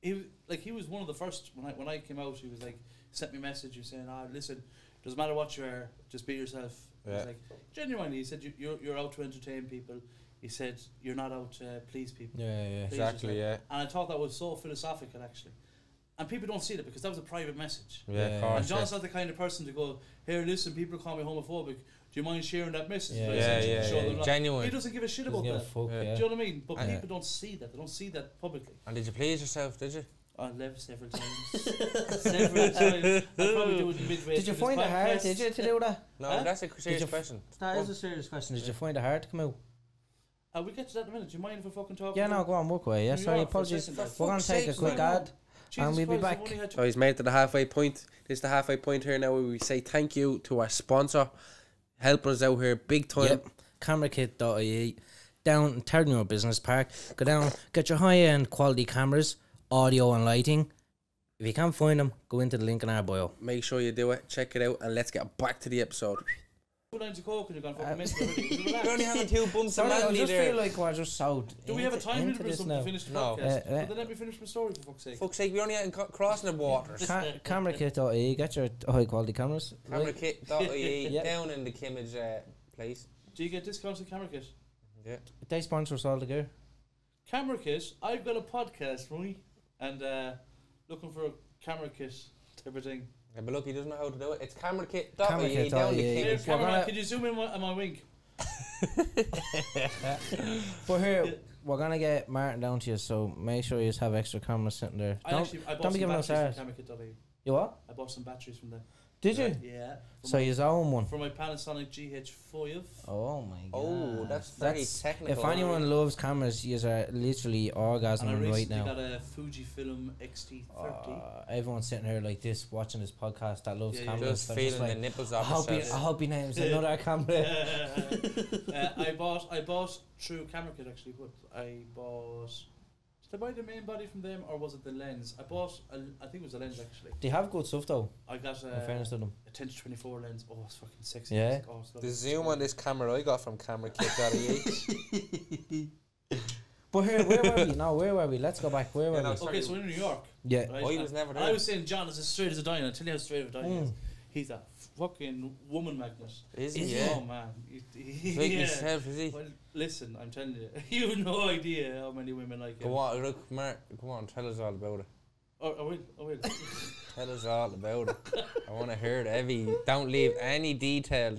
Speaker 3: He was- like he was one of the first when I when I came out. He was like sent me a message. He was saying, "Ah, listen, doesn't matter what you are, just be yourself." He was
Speaker 1: Yeah.
Speaker 3: like genuinely, he said, you, "You're you're out to entertain people." He said, "You're not out to please people."
Speaker 2: Yeah, yeah.
Speaker 3: Please
Speaker 1: exactly, yeah.
Speaker 3: And I thought that was so philosophical, actually. And people don't see that because that was a private message.
Speaker 1: Yeah,
Speaker 2: Yeah.
Speaker 1: of
Speaker 3: And
Speaker 1: course.
Speaker 3: John's not the kind of person to go, "Here, listen, people call me homophobic. Do you mind sharing that message?"
Speaker 2: Yeah,
Speaker 3: that I
Speaker 1: Yeah, yeah,
Speaker 3: sent you to
Speaker 1: yeah.
Speaker 3: show them
Speaker 1: yeah.
Speaker 3: love?" He
Speaker 1: Genuine.
Speaker 3: doesn't give a shit
Speaker 2: Doesn't
Speaker 3: about
Speaker 2: give a
Speaker 3: that.
Speaker 2: fuck, yeah.
Speaker 1: Yeah.
Speaker 3: Do you know what I mean? But
Speaker 1: Yeah.
Speaker 3: people don't see that. They don't see that publicly.
Speaker 1: And did you please yourself, did you?
Speaker 3: I left several times. several times. I probably do it midway.
Speaker 2: Did you
Speaker 3: through
Speaker 2: find
Speaker 3: this
Speaker 2: it hard?
Speaker 3: podcast.
Speaker 2: Did you to do that?
Speaker 1: No,
Speaker 3: Huh?
Speaker 1: that's a serious
Speaker 2: you f-
Speaker 1: question.
Speaker 2: That
Speaker 1: is
Speaker 2: a serious question. Did you find it hard to come out?
Speaker 3: Uh, we get to that in a minute. Do you mind if I fucking talk?
Speaker 2: Yeah,
Speaker 3: about
Speaker 2: no, go on, walk away. Yeah,
Speaker 3: New
Speaker 2: sorry,
Speaker 3: York for a
Speaker 2: apologies.
Speaker 3: second,
Speaker 2: We're
Speaker 3: for
Speaker 2: going to
Speaker 3: fuck's
Speaker 2: take a
Speaker 3: sakes,
Speaker 2: quick
Speaker 3: no, no.
Speaker 2: ad.
Speaker 3: it? Jesus
Speaker 2: and um, we'll be
Speaker 3: Christ, I've
Speaker 2: back.
Speaker 3: only had two-
Speaker 6: So he's made it to the halfway point. This is the halfway point here now where we say thank you to our sponsor. Help us out here big time.
Speaker 2: Yep. CameraKit.ie. E, Down in Terminal Business Park. Go down, get your high end quality cameras, audio and lighting. If you can't find them, go into the link in our bio.
Speaker 6: Make sure you do it, check it out, and let's get back to the episode.
Speaker 3: Two lines of coke and you're gone
Speaker 2: Uh,
Speaker 3: fucking mental already. Relax.
Speaker 1: You're only having two bumps of manly there.
Speaker 2: like we're just out.
Speaker 3: Do we have a time limit or something to finish the
Speaker 1: No.
Speaker 3: podcast?
Speaker 2: Uh, uh.
Speaker 3: But then let me finish my story for fuck's sake.
Speaker 1: Fuck's sake, we're only out in co- crossing the waters.
Speaker 2: Ca- CameraKit.ie. E, Get your high quality cameras.
Speaker 1: Camera kit.ie
Speaker 2: Yeah.
Speaker 1: down in the Kimmage uh, place.
Speaker 3: Do you get discounts at Camera Kit?
Speaker 1: Yeah.
Speaker 2: They sponsor us all the gear.
Speaker 3: Camera Kit, I've got a podcast, right? And uh, looking for a camera kit type of thing.
Speaker 1: yeah. But look, he doesn't know how to do it. It's camera kit.ie down the
Speaker 2: CameraKit.ie.
Speaker 3: Here,
Speaker 1: Kimmage.
Speaker 2: If you're
Speaker 3: cameraman,
Speaker 2: gonna-
Speaker 3: could you zoom in on my wink?
Speaker 2: But here, we're gonna get Martin down to you, so make sure you have extra cameras sitting there.
Speaker 3: I
Speaker 2: Don't-
Speaker 3: actually I
Speaker 2: don't
Speaker 3: bought
Speaker 2: be
Speaker 3: some
Speaker 2: giving us
Speaker 3: batteries from
Speaker 2: ours.
Speaker 3: Camera Kit.
Speaker 2: You what?
Speaker 3: I bought some batteries from them.
Speaker 2: Did you?
Speaker 3: Yeah. For,
Speaker 2: So
Speaker 3: my,
Speaker 2: you own one.
Speaker 3: for my Panasonic GH5.
Speaker 2: Oh my god.
Speaker 6: Oh, that's very technical,
Speaker 2: If anyone
Speaker 6: Aaron.
Speaker 2: loves cameras, you are literally
Speaker 3: and I
Speaker 2: orgasming
Speaker 3: recently
Speaker 2: right now.
Speaker 3: got a Fujifilm XT30.
Speaker 2: Uh, everyone's sitting here like this, watching this podcast that loves
Speaker 3: Yeah, yeah.
Speaker 2: cameras.
Speaker 1: Just
Speaker 2: They're
Speaker 1: feeling
Speaker 2: like,
Speaker 1: the nipples
Speaker 2: I
Speaker 1: off
Speaker 2: hope, he, I
Speaker 1: yourself.
Speaker 2: hope he names another camera.
Speaker 3: uh, I bought I bought through camera kit actually, but I bought did I buy the main body from them or was it the lens? I bought a, I think it was a lens actually.
Speaker 2: They have good stuff though.
Speaker 3: I got
Speaker 2: in fairness
Speaker 3: a,
Speaker 2: to them,
Speaker 3: a 10 to 24 lens. Oh, it's fucking sexy.
Speaker 2: Yeah.
Speaker 3: It's- oh, it's lovely.
Speaker 1: The zoom on this camera I got from CameraKit.ie.
Speaker 2: but here, where were we? No, where were we? Let's go back. Where were
Speaker 1: Yeah, no,
Speaker 2: we?
Speaker 1: it's-
Speaker 3: Okay, so we're in New York.
Speaker 2: Yeah,
Speaker 3: Right?
Speaker 1: Oh, he
Speaker 3: And-
Speaker 1: was never
Speaker 3: and I
Speaker 1: there.
Speaker 3: was saying John is as straight as a dime. I tell you how straight of a dime he is.
Speaker 2: Mm.
Speaker 3: He's a fucking woman magnet.
Speaker 1: Is he?
Speaker 3: Oh
Speaker 1: Yeah.
Speaker 3: man. He- he-
Speaker 1: Like
Speaker 3: yeah.
Speaker 1: yourself, is he?
Speaker 3: Well, listen, I'm telling you, you have no idea how many women like him.
Speaker 1: Go on, look, Mark. Go on, tell us all about it.
Speaker 3: Oh, I will. I will.
Speaker 1: Tell us all about it. I want to hear it every. Don't leave any detail.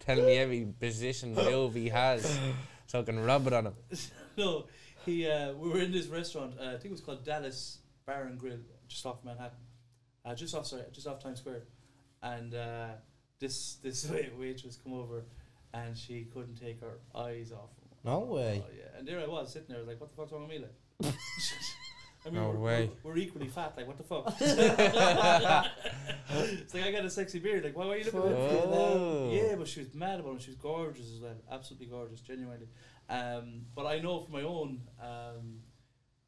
Speaker 1: Tell me every position move he has, so I can rub it on him.
Speaker 3: no, he. Uh, we were in this restaurant. Uh, I think it was called Dallas Bar and Grill, just off Manhattan, uh, just off sorry, just off Times Square, and uh, this this wait- waitress come over, and she couldn't take her eyes off. him.
Speaker 2: No way.
Speaker 3: Oh, yeah, and there I was sitting there, I was like, "What the fuck's wrong with me?" Like, I
Speaker 1: No
Speaker 3: we're,
Speaker 1: way.
Speaker 3: We're, we're equally fat. Like, what the fuck? it's like I got a sexy beard. Like, why were you looking at me? um,
Speaker 1: Oh.
Speaker 3: Yeah, but she was mad about it. She was gorgeous as well. Absolutely gorgeous, genuinely. Um, but I know for my own, um,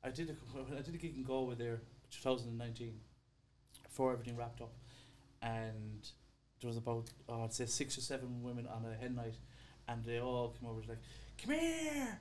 Speaker 3: I did a, I did a gig in Galway there, 2019, before everything wrapped up, and there was about oh, I'd say six or seven women on a hen night, and they all came over. It's like, come here.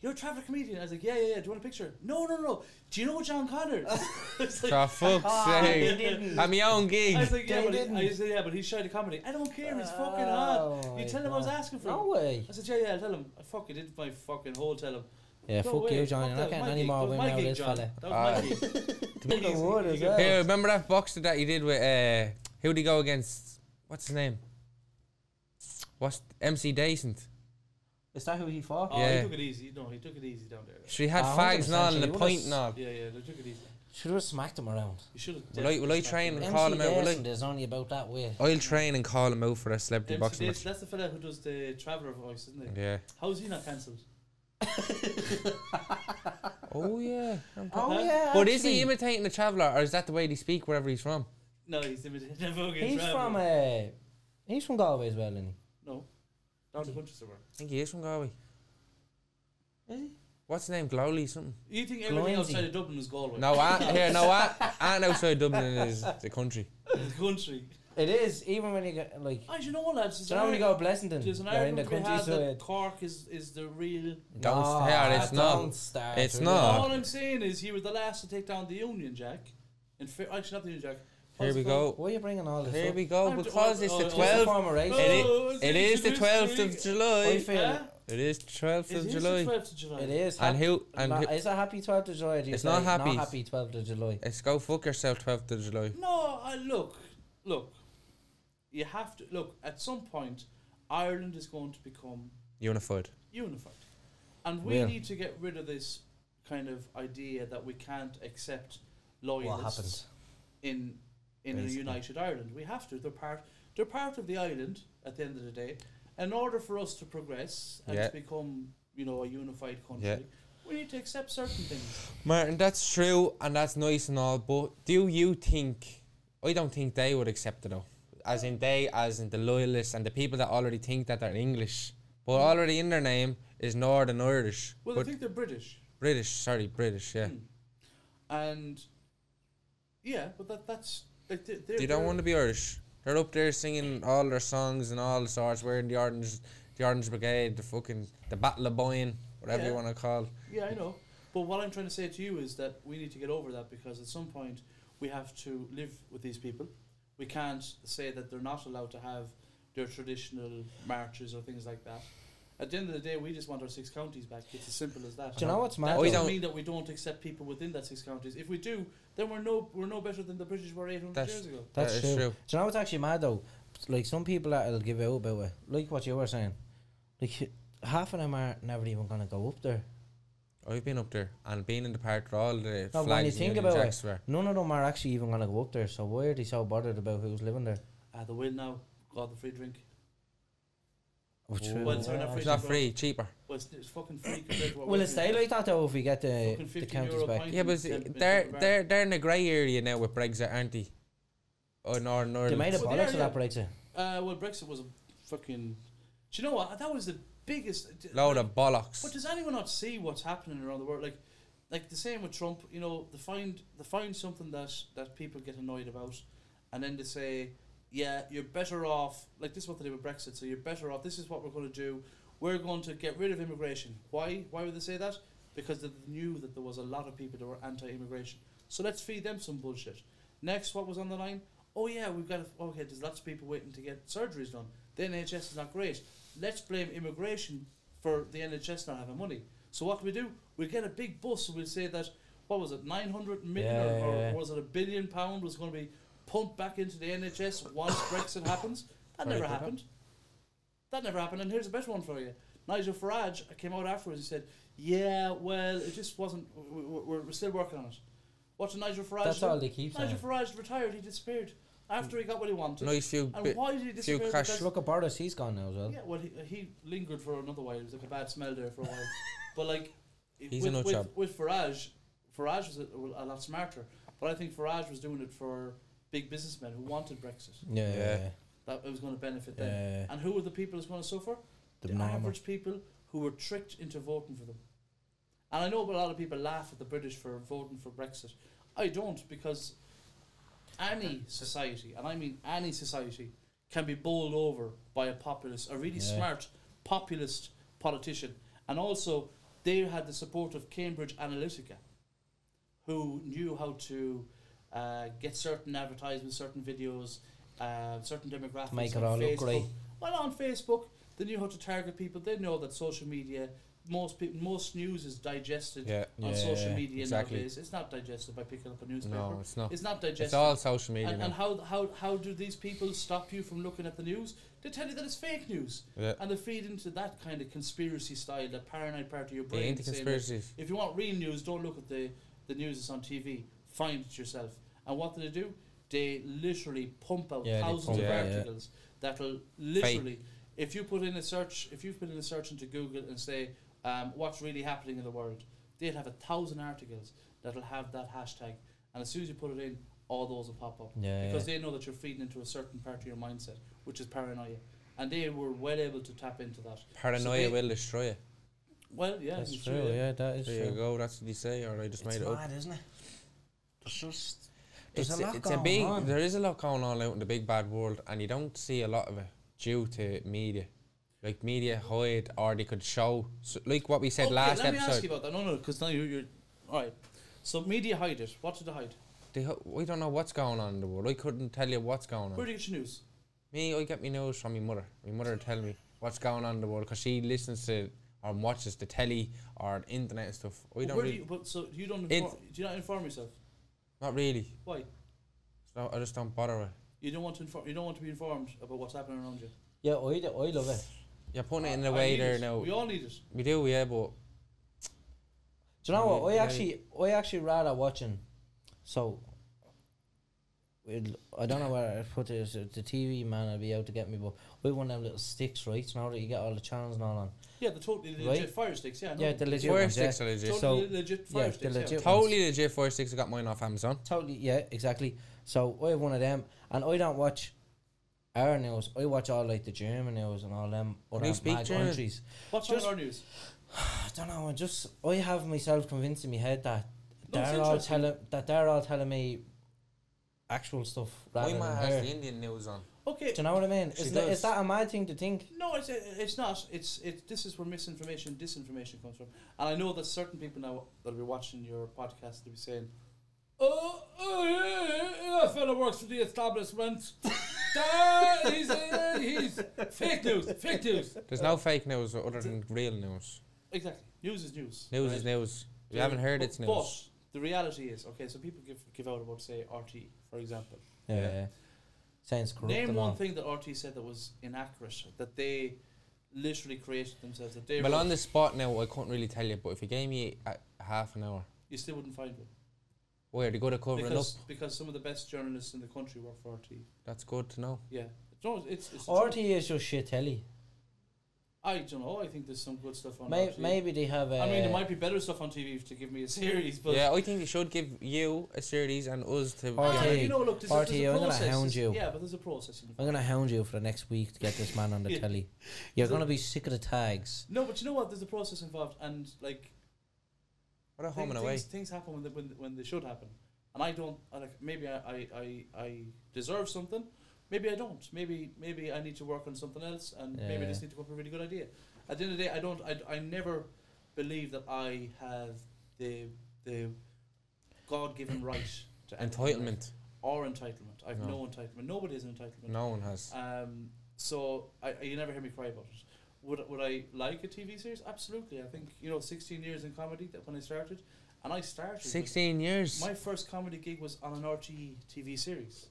Speaker 3: You're a traveller comedian. I was like, yeah, yeah, yeah. Do you want a picture? No, no, no. Do you know John Connor? It's like-
Speaker 1: For fuck's
Speaker 3: Ah,
Speaker 2: they
Speaker 1: sake!
Speaker 2: didn't.
Speaker 1: At my own gig.
Speaker 3: I was like, yeah,
Speaker 2: They
Speaker 3: but he, I
Speaker 2: didn't.
Speaker 3: said, yeah, but he's shy to comedy. I don't care. He's fucking
Speaker 2: Oh
Speaker 3: hot.
Speaker 2: my
Speaker 3: You tell him I was
Speaker 2: God.
Speaker 3: asking for.
Speaker 2: No
Speaker 3: him.
Speaker 2: way.
Speaker 3: I said, yeah, yeah, I'll tell him. I fucking did my fucking whole tell him.
Speaker 2: Yeah,
Speaker 3: No
Speaker 2: fuck
Speaker 3: way,
Speaker 2: you, John. You're
Speaker 3: that
Speaker 2: not getting
Speaker 3: was my
Speaker 2: any
Speaker 3: gig.
Speaker 2: more
Speaker 3: That was
Speaker 2: women
Speaker 3: my
Speaker 2: out of
Speaker 3: gig,
Speaker 2: this
Speaker 3: John.
Speaker 2: fella.
Speaker 3: That was my gig.
Speaker 2: Think I
Speaker 3: Easy,
Speaker 2: would
Speaker 3: you
Speaker 2: as
Speaker 3: can-
Speaker 2: well.
Speaker 1: Hey, remember that boxer that he did with uh, who'd he go against? What's his name? What's MC Decent?
Speaker 2: Is that who he fought?
Speaker 3: Oh,
Speaker 1: Yeah.
Speaker 3: he took it easy. No, he took it easy down there.
Speaker 1: So he had
Speaker 2: Ah,
Speaker 1: fags and all
Speaker 2: 100%,
Speaker 1: and the
Speaker 2: he
Speaker 1: point
Speaker 2: was.
Speaker 1: and all.
Speaker 3: Yeah, yeah, they took it easy.
Speaker 2: Should have smacked him around.
Speaker 3: You should have.
Speaker 1: Will I, will I train and
Speaker 2: MC
Speaker 1: call him out? Will
Speaker 2: Dayson
Speaker 1: I?
Speaker 2: is only about that way.
Speaker 3: Uh-huh.
Speaker 1: I'll train and call him out for a celebrity boxing match.
Speaker 3: That's the fella who does the traveller voice, isn't he?
Speaker 1: Yeah.
Speaker 3: How is he not cancelled?
Speaker 1: Oh yeah.
Speaker 2: Oh yeah.
Speaker 1: But is he
Speaker 2: actually.
Speaker 1: imitating the traveller, or is that the way they speak wherever he's from?
Speaker 3: No, he's the the fucking
Speaker 2: He's
Speaker 3: traveller.
Speaker 2: from uh, he's from Galway as well, isn't
Speaker 3: No, down the country somewhere.
Speaker 1: I think he is from Galway.
Speaker 2: he? Is he?
Speaker 1: What's his name? Glowley something?
Speaker 3: You think everything
Speaker 2: Glindsey.
Speaker 3: outside of Dublin is Galway?
Speaker 1: No, I, here, no, I, I outside Dublin is the country.
Speaker 3: the country.
Speaker 2: It is. Even when you get like,
Speaker 3: I you know what, lads? there's
Speaker 2: so now when
Speaker 3: an
Speaker 2: you go to Blessington,
Speaker 3: There's an
Speaker 2: you're in the
Speaker 3: argument we had that
Speaker 2: countryside.
Speaker 3: Cork is, is the real.
Speaker 1: Don't stare, it's
Speaker 2: don't
Speaker 1: not.
Speaker 2: start,
Speaker 1: It's
Speaker 2: really.
Speaker 1: not.
Speaker 3: All I'm saying is you were the last to take down the Union Jack. And fa- actually not the Union Jack.
Speaker 1: Here we go.
Speaker 2: Why are you bringing all this?
Speaker 1: Here
Speaker 2: up?
Speaker 1: we go.
Speaker 3: I'm-
Speaker 1: Because it's
Speaker 3: oh,
Speaker 1: the
Speaker 3: oh, oh.
Speaker 2: It's a
Speaker 1: 12th.
Speaker 2: former race.
Speaker 3: Oh,
Speaker 1: It
Speaker 3: oh,
Speaker 1: i- it is the 12th
Speaker 3: introducing-
Speaker 1: of
Speaker 2: I
Speaker 1: July.
Speaker 2: feel
Speaker 3: Huh?
Speaker 1: It is 12th
Speaker 3: Is
Speaker 1: of
Speaker 3: it
Speaker 1: July.
Speaker 3: the 12th of July?
Speaker 2: it is.
Speaker 1: And
Speaker 2: hap-
Speaker 1: who? And
Speaker 2: not-
Speaker 1: who?
Speaker 2: is it happy 12th of July? Do you
Speaker 1: It's
Speaker 2: say?
Speaker 1: not happy.
Speaker 2: Not happy 12th of July.
Speaker 1: Let's go fuck yourself. 12th of July.
Speaker 3: No, I look, look. You have to look. At some point, Ireland is going to become
Speaker 1: Unified.
Speaker 3: unified, and we
Speaker 2: Will.
Speaker 3: need to get rid of this kind of idea that we can't accept loyalists.
Speaker 2: What happened?
Speaker 3: in in a
Speaker 1: Basically.
Speaker 3: united Ireland. We have to. They're part. They're part of the island at the end of the day. In order for us to progress and
Speaker 1: Yeah.
Speaker 3: to become, you know, a unified country,
Speaker 1: Yeah.
Speaker 3: we need to accept certain things.
Speaker 1: Martin, that's true and that's nice and all, but do you think? I don't think they would accept it though. As in they, as in the loyalists and the people that already think that they're English, but already in their name is Northern Irish,
Speaker 3: Well,
Speaker 1: but
Speaker 3: I think they're British, Hmm.
Speaker 1: British. Sorry, British. Yeah,
Speaker 3: and yeah, but that that's like they they're,
Speaker 1: they don't
Speaker 3: they're-
Speaker 1: want to be Irish. They're up there singing all their songs and all the sorts, wearing the orange, the orange brigade, the fucking the Battle of Boyne, whatever you
Speaker 3: Yeah.
Speaker 1: want to call.
Speaker 3: Yeah, I know. But what I'm trying to say to you is that we need to get over that because at some point we have to live with these people. We can't say that they're not allowed to have their traditional marches or things like that. At the end of the day, we just want our six counties back. It's as simple as that.
Speaker 2: Do you know what's mad?
Speaker 3: That
Speaker 1: Oh, you
Speaker 2: though?
Speaker 3: doesn't
Speaker 1: don't-
Speaker 3: mean that we don't accept people within that six counties. If we do, then we're no we're no better than the British were 800
Speaker 1: That's-
Speaker 3: years ago.
Speaker 1: That
Speaker 2: That's
Speaker 1: is
Speaker 2: true.
Speaker 1: true.
Speaker 2: Do you know what's actually mad though? Like some people that'll give out about it, like what you were saying. Like half of them are never even gonna go up there.
Speaker 1: I've been up there and been in the park where all the
Speaker 2: No,
Speaker 1: flags
Speaker 2: but when you
Speaker 1: and
Speaker 2: think
Speaker 1: Union
Speaker 2: about
Speaker 1: Jacks
Speaker 2: it,
Speaker 1: were.
Speaker 2: none of them are actually even going to go up there. So why are they so bothered about who's living there?
Speaker 3: Uh, the will now got the free drink.
Speaker 2: Which
Speaker 3: Well, it's not
Speaker 1: It's
Speaker 3: free.
Speaker 1: not free, cheaper.
Speaker 3: Well, it's, it's fucking free compared to what
Speaker 2: Will
Speaker 3: we're
Speaker 2: it stay
Speaker 3: doing.
Speaker 2: like that though if we get the,
Speaker 3: Fucking
Speaker 2: the
Speaker 3: 50
Speaker 2: counties
Speaker 3: euro
Speaker 2: back?
Speaker 3: pint
Speaker 1: Yeah, but
Speaker 3: and
Speaker 1: see,
Speaker 3: 10 pence
Speaker 1: they're
Speaker 3: in the bar.
Speaker 1: they're they're in the grey area now with Brexit, aren't they? Oh, Northern
Speaker 2: They
Speaker 1: Ireland.
Speaker 2: made a
Speaker 3: Well, they
Speaker 2: bollocks
Speaker 3: are,
Speaker 2: of that
Speaker 3: yeah.
Speaker 2: Brexit.
Speaker 3: Uh, well, Brexit was a fucking. Do you know what? That was the biggest.
Speaker 1: Load
Speaker 3: like,
Speaker 1: of bollocks.
Speaker 3: But does anyone not see what's happening around the world? Like, like the same with Trump. You know, they find they find something that that people get annoyed about, and then they say, "Yeah, you're better off." Like this is what they did with Brexit. So you're better off. This is what we're going to do. We're going to get rid of immigration. Why? Why would they say that? Because they knew that there was a lot of people that were anti-immigration. So let's feed them some bullshit. Next, what was on the line? Oh yeah, we've got. A, okay, there's lots of people waiting to get surgeries done. The NHS is not great. Let's blame immigration for the NHS not having money. So what do we do? We get a big bus and we say that what was it, nine hundred million
Speaker 2: Yeah,
Speaker 3: or,
Speaker 2: yeah, yeah.
Speaker 3: or was it a billion pound was going to be pumped back into the NHS once Brexit happens? That
Speaker 1: Sorry,
Speaker 3: never
Speaker 1: go ahead.
Speaker 3: happened. That never happened. And here's a better one for you. Nigel Farage came out afterwards. He said, "Yeah, well, it just wasn't. we- we- We're, we're still working on it." What did Nigel Farage?
Speaker 2: That's
Speaker 3: do?
Speaker 2: all they keep
Speaker 3: Nigel
Speaker 2: saying.
Speaker 3: Farage retired. He disappeared after he got what he wanted.
Speaker 1: nice few
Speaker 3: and
Speaker 1: bit-
Speaker 3: why did he disappear?
Speaker 1: crash-
Speaker 3: Because-
Speaker 2: Look at Boris, he's gone now as well.
Speaker 3: yeah, well, he, he lingered for another while. It was like a bad smell there for a while. but like, i-
Speaker 1: He's a
Speaker 3: with,
Speaker 1: nut
Speaker 3: with,
Speaker 1: job.
Speaker 3: with Farage, Farage was a, a lot smarter. But I think Farage was doing it for big businessmen who wanted Brexit.
Speaker 2: Yeah, yeah,
Speaker 1: Yeah.
Speaker 2: yeah.
Speaker 3: That it was going to benefit
Speaker 2: yeah.
Speaker 3: them. And who are the people that's going to suffer?
Speaker 2: The
Speaker 3: The,
Speaker 2: normal.
Speaker 3: average people who were tricked into voting for them. And I know a lot of people laugh at the British for voting for Brexit. I don't because any society, and I mean any society, can be bowled over by a populist, a really
Speaker 2: Yeah.
Speaker 3: smart populist politician. And also, they had the support of Cambridge Analytica, who knew how to uh, get certain advertisements, certain videos, uh, certain demographics.
Speaker 2: Make it
Speaker 3: on
Speaker 2: all look
Speaker 3: Facebook.
Speaker 2: great.
Speaker 3: Well, on Facebook, they knew how to target people. They know that social media, most people, most news is digested
Speaker 1: yeah.
Speaker 3: on
Speaker 2: Yeah,
Speaker 3: social media
Speaker 1: exactly.
Speaker 3: nowadays. It's not digested by picking up a newspaper.
Speaker 1: No, it's not.
Speaker 3: It's not digested.
Speaker 1: It's all social media
Speaker 3: and,
Speaker 1: now.
Speaker 3: and how, how how do these people stop you from looking at the news? They tell you that it's fake news,
Speaker 1: Yeah.
Speaker 3: and they feed into that kind of conspiracy style, that paranoid part of your
Speaker 1: The
Speaker 3: brain.
Speaker 1: anti
Speaker 3: saying that
Speaker 1: conspiracies.
Speaker 3: If you want real news, don't look at the the news that's on TV. Find it yourself. And what do they do? They literally pump out
Speaker 2: Yeah, they
Speaker 3: thousands
Speaker 1: pump
Speaker 3: of
Speaker 1: it out,
Speaker 2: yeah.
Speaker 3: articles that'll literally. If you put in a search, if you put in a search into Google and say um, what's really happening in the world, they'd have a thousand articles that'll have that hashtag. And as soon as you put it in, all those will pop up
Speaker 2: Yeah,
Speaker 3: because
Speaker 2: yeah.
Speaker 3: they know that you're feeding into a certain part of your mindset, which is paranoia. And they were well able to tap into that.
Speaker 1: Paranoia
Speaker 3: they-
Speaker 1: will destroy it.
Speaker 3: Well, yeah,
Speaker 2: That's
Speaker 3: it's
Speaker 2: true, yeah, that is
Speaker 1: There you
Speaker 2: true.
Speaker 1: go, that's what they say, or I just made it up.
Speaker 2: isn't it? There's just
Speaker 1: It's, a, it's a big, there is a lot going on out in the big bad world, and you don't see a lot of it due to media. Like media hide, or they could show, so, like what we said
Speaker 3: Okay,
Speaker 1: last
Speaker 3: let me ask
Speaker 1: episode.
Speaker 3: you about that. No, no, because now you're, you're all right. So media hide it. What did they hide?
Speaker 1: They, ho- we don't know what's going on in the world. I couldn't tell you what's going on.
Speaker 3: Where do you get your news?
Speaker 1: Me, I get my news from my mother. My mother would tell me what's going on in the world because she listens to or watches the telly or the internet and stuff. We don't
Speaker 3: Where
Speaker 1: really,
Speaker 3: do you, but so you don't
Speaker 1: It's-
Speaker 3: inform, do you not inform yourself?
Speaker 1: not really.
Speaker 3: Why?
Speaker 1: So I just don't bother with. it.
Speaker 3: You don't want to inform. You don't want to be informed about what's happening around you.
Speaker 2: Yeah, I, d- I love it.
Speaker 1: You're putting it in
Speaker 3: I
Speaker 1: a way
Speaker 3: need
Speaker 1: there
Speaker 3: it.
Speaker 1: now.
Speaker 3: We
Speaker 1: We,
Speaker 3: all need it.
Speaker 1: do, yeah, but
Speaker 2: Do you know what? I
Speaker 1: Yeah,
Speaker 2: actually, I actually rather watching. So, we'd- I don't know where I put this. uh, The TV man will be out to get me, but we one of them little sticks, right? You know that you get all the channels and all on.
Speaker 3: Yeah, the totally
Speaker 2: Right?
Speaker 3: legit fire sticks. Yeah, I know.
Speaker 2: Yeah, the legit
Speaker 1: fire
Speaker 2: ones, yeah.
Speaker 1: sticks are legit.
Speaker 3: totally
Speaker 2: so-
Speaker 3: legit
Speaker 2: yeah,
Speaker 3: fire
Speaker 2: the
Speaker 3: sticks.
Speaker 2: legit
Speaker 3: yeah.
Speaker 1: Totally legit fire sticks. I got mine off Amazon.
Speaker 2: Totally, yeah, exactly. So I have one of them, and I don't watch our news. I watch all like the German news and all them other
Speaker 1: you speak
Speaker 2: mad
Speaker 1: German?
Speaker 2: countries.
Speaker 3: What's
Speaker 2: Just-
Speaker 3: on our news?
Speaker 2: I don't know. I just I have myself convinced in my head that
Speaker 3: No, it's
Speaker 2: they're all
Speaker 3: interesting.
Speaker 2: telling that they're all telling me actual stuff rather
Speaker 1: My
Speaker 2: than
Speaker 1: man has
Speaker 2: her.
Speaker 1: the Indian news on.
Speaker 3: Okay.
Speaker 2: Do you know what I mean?
Speaker 1: She
Speaker 2: Is that,
Speaker 1: does.
Speaker 2: is that a mad thing to think?
Speaker 3: No, it's it's not. It's it's this is where misinformation, disinformation comes from. And I know that certain people now that'll be watching your podcast will be saying, "Oh, oh yeah, yeah, yeah, that fella works for the establishment. That- he's uh, he's fake news, fake news."
Speaker 1: There's no fake news other than real news.
Speaker 3: Exactly. News is news.
Speaker 1: News
Speaker 3: right?
Speaker 1: is news. If you
Speaker 3: So-
Speaker 1: haven't heard
Speaker 3: but-
Speaker 1: it's news.
Speaker 3: But the reality is, okay, so people give give out about say RT, for example.
Speaker 2: Yeah.
Speaker 1: Yeah.
Speaker 2: Sounds corrupt.
Speaker 3: Name
Speaker 2: and
Speaker 3: one
Speaker 2: all.
Speaker 3: thing that RT said that was inaccurate, that they literally created themselves. That they
Speaker 1: Well,
Speaker 3: wrote,
Speaker 1: on the spot now, I couldn't really tell you, but if you gave me a, half an hour,
Speaker 3: you still wouldn't find it
Speaker 1: where they go to cover it up?
Speaker 3: because, because some of the best journalists in the country work for RT.
Speaker 1: That's good to know.
Speaker 3: Yeah, no, it's, it's
Speaker 2: RT is just shit telly.
Speaker 3: Oh, I don't know. I think there's some good stuff on.
Speaker 2: May-
Speaker 3: RT.
Speaker 2: maybe they have. uh, A,
Speaker 3: I mean, there might be better stuff on TV to give me a series, but
Speaker 1: yeah, I think they should give you a series and us to.
Speaker 2: Or-
Speaker 3: Yeah,
Speaker 2: RT.
Speaker 3: but you know, look, there's, a,
Speaker 2: RT,
Speaker 3: there's a
Speaker 2: I'm gonna
Speaker 3: process.
Speaker 2: hound
Speaker 3: There's-
Speaker 2: you.
Speaker 3: Yeah, but there's a process.
Speaker 2: I'm
Speaker 3: Involved.
Speaker 2: gonna hound you for the next week to get this man on the
Speaker 3: Yeah.
Speaker 2: telly. You're gonna be sick of the tags.
Speaker 3: No, but you know what? There's a process involved, and like
Speaker 1: What a home
Speaker 3: things,
Speaker 1: and away.
Speaker 3: things, things happen when they, when, when they should happen, and I don't. I like maybe I, I, I, I deserve something, maybe I don't. Maybe maybe I need to work on something else, and maybe
Speaker 2: Yeah.
Speaker 3: I just need to come up with a really good idea. At the end of the day, I don't. I, I never believe that I have the the God given right to anything
Speaker 1: Entitlement.
Speaker 3: or entitlement. I've
Speaker 1: No.
Speaker 3: no, entitlement. Nobody has an entitlement.
Speaker 1: No one has.
Speaker 3: Um, so I, I- you never hear me cry about it. Would, would I like a TV series? Absolutely. I think you know, 16 years in comedy that when I started, and I started. with-
Speaker 1: 16 years.
Speaker 3: My first comedy gig was on an RTE TV series.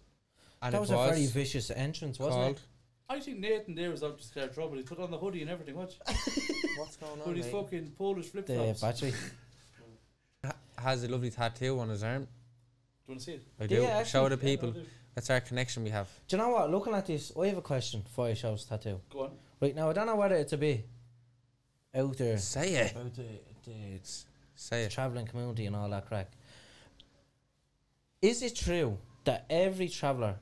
Speaker 1: and
Speaker 2: that
Speaker 1: it
Speaker 2: was,
Speaker 1: was,
Speaker 2: a very vicious entrance, wasn't
Speaker 1: called.
Speaker 2: it?
Speaker 3: I think Nathan there was out to scare trouble. He put on the hoodie and everything. Watch,
Speaker 1: What's going
Speaker 3: with his fucking Polish flip
Speaker 2: The
Speaker 3: flops. Do
Speaker 2: battery.
Speaker 1: Has a lovely tattoo on his arm.
Speaker 3: you want to see it?
Speaker 1: I do.
Speaker 2: actually,
Speaker 1: Show the
Speaker 3: Yeah,
Speaker 1: people.
Speaker 3: no, I do.
Speaker 1: That's our connection we have.
Speaker 2: Do you know what? Looking at this, I have a question for your show's tattoo.
Speaker 3: Go on.
Speaker 2: Right now, I don't know whether it's a bit out there
Speaker 1: Say it.
Speaker 2: about the, the,
Speaker 1: Say it.
Speaker 2: traveling community and all that crack. Is it true that every traveler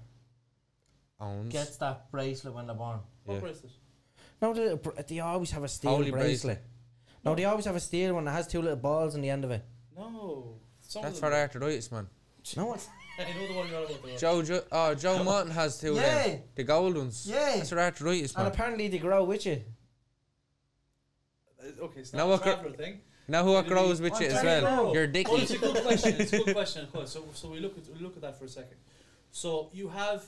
Speaker 1: Owns.
Speaker 2: gets that bracelet when they're born?
Speaker 3: What
Speaker 1: Yeah.
Speaker 3: bracelet?
Speaker 2: No, they, they always have a steel
Speaker 1: Holy
Speaker 2: bracelet.
Speaker 1: bracelet.
Speaker 2: No, they always have a steel one that has two little balls on the end of it.
Speaker 3: No. Some
Speaker 1: That's
Speaker 3: That's
Speaker 1: for
Speaker 3: them.
Speaker 1: arthritis, man.
Speaker 2: No, it's
Speaker 3: I know the one you're on about. though.
Speaker 1: Joe, jo- oh, Joe Martin has two of
Speaker 2: Yeah.
Speaker 1: them. The gold ones.
Speaker 2: Yeah.
Speaker 1: That's for arthritis,
Speaker 2: and
Speaker 1: man.
Speaker 2: apparently they grow with you.
Speaker 3: Uh, Okay, it's
Speaker 1: Now
Speaker 3: not a
Speaker 1: what cr-
Speaker 3: traveler thing.
Speaker 1: Now who grows with
Speaker 2: I'm
Speaker 1: you as
Speaker 2: trying to
Speaker 1: well?
Speaker 2: grow.
Speaker 1: You're
Speaker 3: Well, it's
Speaker 1: dicky.
Speaker 3: a good question. It's a good question, of course. So, so we look at we look at that for a second. So you have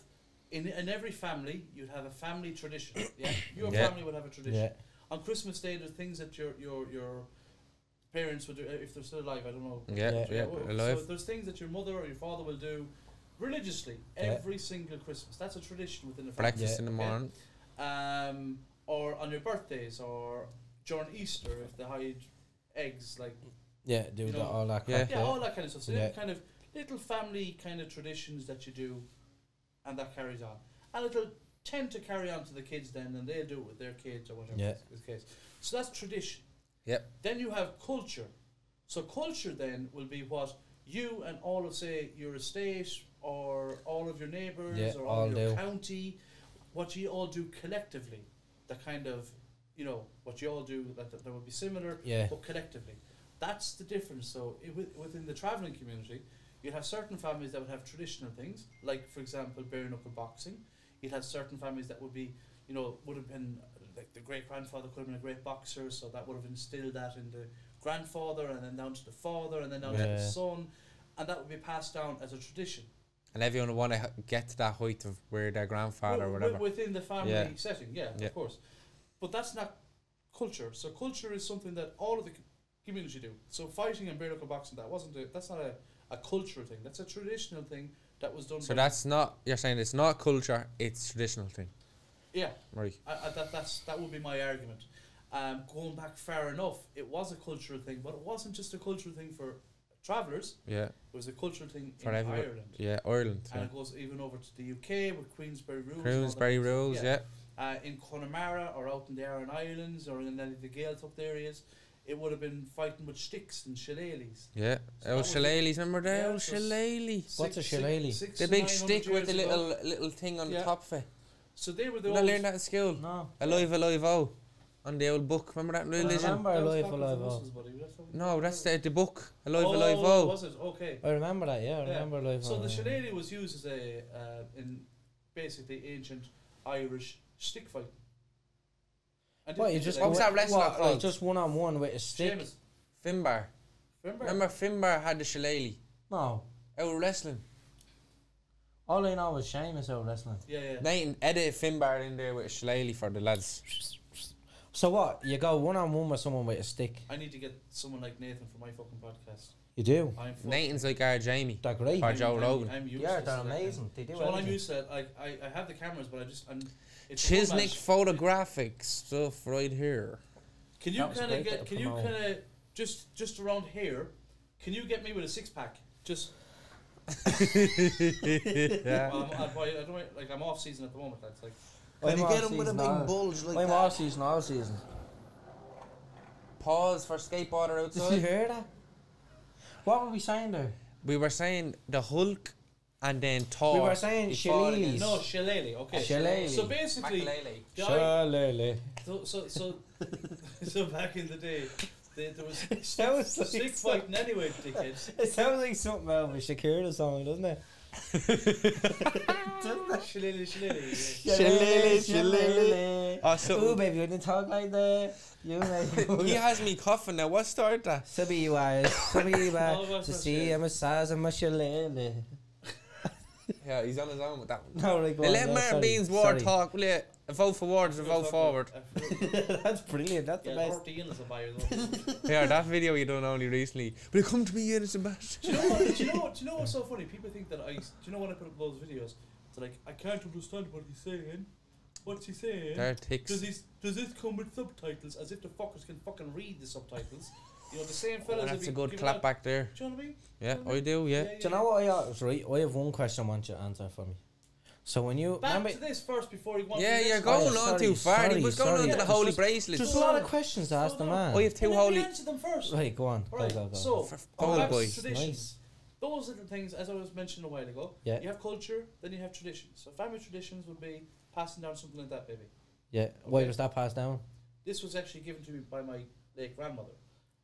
Speaker 3: in in every family you'd have a family tradition. Yeah, your
Speaker 1: Yeah.
Speaker 3: family would have a tradition. On Christmas Day, there are things that your your your parents would do uh, if they're still alive. I don't know.
Speaker 1: Yeah,
Speaker 2: Yeah.
Speaker 1: yeah,
Speaker 3: well, So
Speaker 1: alive.
Speaker 3: there's things that your mother or your father will do religiously
Speaker 2: Yeah.
Speaker 3: every single Christmas. That's a tradition within the family.
Speaker 1: Breakfast
Speaker 2: Yeah.
Speaker 1: in the
Speaker 3: Yeah.
Speaker 1: morning.
Speaker 3: Um, or on your birthdays, or during Easter if they hide eggs like
Speaker 2: Yeah, do
Speaker 3: You
Speaker 2: that,
Speaker 3: know,
Speaker 2: all that
Speaker 1: yeah.
Speaker 2: crack.
Speaker 3: yeah, all that kind of stuff. So
Speaker 2: Yeah.
Speaker 3: they're kind of little family kind of traditions that you do, and that carries on, and it'll tend to carry on to the kids then, and they'll do it with their kids or whatever
Speaker 2: Yeah.
Speaker 3: is is the case. So that's tradition.
Speaker 1: Yep.
Speaker 3: Then you have culture. So culture then will be what you and all of say your estate or all of your neighbours
Speaker 2: Yeah,
Speaker 3: or all,
Speaker 2: all
Speaker 3: of your
Speaker 2: do.
Speaker 3: county, what you all do collectively. The kind of you know what you all do that that, that would be similar
Speaker 2: Yeah.
Speaker 3: but collectively. That's the difference. So i- wi- within the travelling community, you'd have certain families that would have traditional things, like for example bare knuckle boxing. You'd have certain families that would be, you know, would have been uh, like the great grandfather could have been a great boxer, so that would have instilled that in the grandfather, and then down to the father, and then down to the
Speaker 2: Yeah.
Speaker 3: son, and that would be passed down as a tradition.
Speaker 1: And everyone want to get to that height of where their grandfather or
Speaker 3: Wi-
Speaker 1: whatever.
Speaker 3: wi- Within the family
Speaker 1: Yeah.
Speaker 3: setting, yeah,
Speaker 1: Yeah.
Speaker 3: of course. But that's not culture. So culture is something that all of the c- community do. So fighting and bare knuckle boxing that wasn't a, that's not a, a cultural thing. That's a traditional thing that was done.
Speaker 1: so
Speaker 3: by-
Speaker 1: that's not you're saying it's not culture, it's traditional thing,
Speaker 3: yeah.
Speaker 1: right?
Speaker 3: I, I, that that's that would be my argument. Um, going back far enough, it was a cultural thing, but it wasn't just a cultural thing for travellers.
Speaker 1: Yeah,
Speaker 3: It was a cultural thing
Speaker 1: for
Speaker 3: in
Speaker 1: everybody.
Speaker 3: Ireland,
Speaker 1: Yeah, Ireland.
Speaker 3: and
Speaker 1: Yeah.
Speaker 3: it goes even over to the UK with Queensberry rules. and all that
Speaker 1: Queensberry
Speaker 3: kind of stuff.
Speaker 1: rules. Yeah.
Speaker 3: uh, in Connemara or out in the Aran Islands or in any of the Gaels up there areas, it would have been fighting with sticks and shillelaghs.
Speaker 1: Yeah.
Speaker 3: So
Speaker 1: oh,
Speaker 3: that was the-
Speaker 1: shillelaghs. Remember the
Speaker 3: Yeah,
Speaker 1: old
Speaker 3: so s-
Speaker 1: shillelagh?
Speaker 2: What's a
Speaker 3: Six-
Speaker 2: shillelagh?
Speaker 3: six
Speaker 1: The
Speaker 3: to
Speaker 1: big
Speaker 3: 900
Speaker 1: stick with the
Speaker 3: years ago.
Speaker 1: little little thing on
Speaker 3: Yeah.
Speaker 1: the top of it.
Speaker 3: So they were
Speaker 1: Did
Speaker 3: the old.
Speaker 1: I learn that in school?
Speaker 2: No.
Speaker 1: Alive, alive, oh. On the old book. Remember that
Speaker 3: Uh-huh.
Speaker 1: in
Speaker 2: I
Speaker 1: religion?
Speaker 2: remember
Speaker 3: That was
Speaker 2: Alive,
Speaker 3: backwards
Speaker 2: Alive,
Speaker 3: and
Speaker 2: Oh.
Speaker 3: Muslims, buddy. That's what we-
Speaker 1: No, that's the, the book. Alive,
Speaker 3: oh,
Speaker 1: alive, oh.
Speaker 3: Was it okay?
Speaker 2: I remember that, yeah, I
Speaker 3: Yeah.
Speaker 2: remember life.
Speaker 3: So
Speaker 2: on
Speaker 3: the
Speaker 2: that.
Speaker 3: shillelagh was used as a uh, in basically ancient Irish stick fight. And
Speaker 2: What,
Speaker 3: did-
Speaker 2: you
Speaker 3: did
Speaker 2: just
Speaker 3: they-
Speaker 1: What was that wrestler
Speaker 2: what, like
Speaker 1: called?
Speaker 2: just one on one with a stick?
Speaker 3: Seamus,
Speaker 1: Finbar.
Speaker 3: remember?
Speaker 1: Remember Finbar had the shillelagh.
Speaker 2: No.
Speaker 1: Out wrestling.
Speaker 2: All I know is Seamus out wrestling.
Speaker 3: Yeah, yeah.
Speaker 1: Nathan, edit Finbar in there with a shillelagh for the lads.
Speaker 2: So what? You go one on one with someone with a stick.
Speaker 3: I need to get someone like Nathan for my fucking podcast.
Speaker 2: You do.
Speaker 3: I'm fucking-
Speaker 1: Nathan's like our Jamie.
Speaker 2: They're great.
Speaker 1: Or
Speaker 3: I'm-
Speaker 1: Joe
Speaker 3: I'm-
Speaker 1: Rogan.
Speaker 3: I'm useless
Speaker 2: Yeah, they're
Speaker 3: like that.
Speaker 2: amazing. They do.
Speaker 3: So what I'm
Speaker 2: everything.
Speaker 3: used to, like, I, I have the cameras, but I just I'm. It's a
Speaker 1: Chisnick
Speaker 3: format.
Speaker 1: photographic stuff right here.
Speaker 3: Can you
Speaker 2: That was
Speaker 3: kind of
Speaker 2: great
Speaker 3: get?
Speaker 2: bit
Speaker 3: Can
Speaker 2: of
Speaker 3: you
Speaker 2: promo.
Speaker 3: kind of just just around here? Can you get me with a six pack? Just. well, I'm, I'm, probably- I don't like I'm off season at the moment. That's like
Speaker 2: I'm off season now.
Speaker 1: bulge like
Speaker 2: I'm off season, all season.
Speaker 1: Pause for skateboarder outside.
Speaker 2: hear that? What were we saying there?
Speaker 1: we were saying the Hulk and then Thor.
Speaker 2: We were saying
Speaker 1: before it
Speaker 2: Shillelagh.
Speaker 1: gets-
Speaker 3: no shillelagh. Okay.
Speaker 2: Shillelagh.
Speaker 3: So basically,
Speaker 1: Makalele.
Speaker 3: the I-
Speaker 2: Shillelagh.
Speaker 3: so so so, so back in the day, there, there was
Speaker 2: It sounds like
Speaker 3: six
Speaker 2: some-
Speaker 3: fighting anyway, dickheads.
Speaker 2: It sounds like something out of a Shakira song, doesn't it?
Speaker 3: Shillelagh, shillelagh. yeah.
Speaker 1: Shillelagh,
Speaker 2: shillelagh.
Speaker 1: Oh, so-
Speaker 2: Ooh, baby, when you talk like that, you
Speaker 1: he
Speaker 2: make.
Speaker 1: has me coughing now. What started that?
Speaker 2: So be wise, so be
Speaker 3: All of
Speaker 2: wise.
Speaker 3: us
Speaker 2: To
Speaker 3: are
Speaker 2: see
Speaker 3: shit.
Speaker 2: I'm a size, I'm a shillelagh.
Speaker 1: Yeah, he's on his own with that one.
Speaker 2: No, like,
Speaker 1: They
Speaker 2: well,
Speaker 1: let
Speaker 2: no,
Speaker 1: Martin
Speaker 2: sorry,
Speaker 1: Bean's war
Speaker 2: sorry.
Speaker 1: talk. will you? A vote for wards, a vote forward.
Speaker 3: I forgot-
Speaker 2: That's brilliant. That's the
Speaker 3: Yeah,
Speaker 2: best.
Speaker 3: Dorothy Ian is a buyer. though.
Speaker 1: yeah, that video you done only recently. But it come to me innocent
Speaker 3: do you know what? Do you know what? Do you know what's so funny? People think that I. Do you know when I put up those videos? It's like I can't understand what he's saying. What's he saying?
Speaker 1: They're ticks.
Speaker 3: Does this does this come with subtitles? As if the fuckers can fucking read the subtitles. You know the same
Speaker 1: Oh,
Speaker 3: fellas. that
Speaker 1: that's
Speaker 3: be
Speaker 1: a good
Speaker 3: giving
Speaker 1: clap
Speaker 3: out-
Speaker 1: back there.
Speaker 3: Do you know what I mean?
Speaker 1: Yeah, I do. Yeah.
Speaker 2: Do you know what I was right? I have one question I want you to answer for me. So when you
Speaker 3: Back
Speaker 2: remember,
Speaker 3: to this first before you want.
Speaker 1: Yeah,
Speaker 3: to
Speaker 1: you're
Speaker 3: go.
Speaker 1: going
Speaker 2: Oh,
Speaker 1: on
Speaker 2: sorry,
Speaker 1: too far.
Speaker 2: sorry,
Speaker 1: he was going
Speaker 2: sorry.
Speaker 1: on to the
Speaker 2: Yeah,
Speaker 1: holy
Speaker 2: just-
Speaker 1: bracelets.
Speaker 2: there's a lot of questions to ask the
Speaker 3: Slow down.
Speaker 2: man.
Speaker 1: oh, you have two holy.
Speaker 3: Answer them first.
Speaker 2: Right, go on.
Speaker 3: Right.
Speaker 2: Go, go, go.
Speaker 3: So,
Speaker 1: F-
Speaker 3: go
Speaker 1: Paul
Speaker 3: back
Speaker 1: Boy.
Speaker 3: to traditions.
Speaker 2: Nice.
Speaker 3: Those little things, as I was mentioning a while ago.
Speaker 2: Yeah.
Speaker 3: You have culture, then you have traditions. So family traditions would be passing down something like that, baby.
Speaker 2: yeah, why
Speaker 3: Okay.
Speaker 2: was that passed down?
Speaker 3: This was actually given to me by my late grandmother,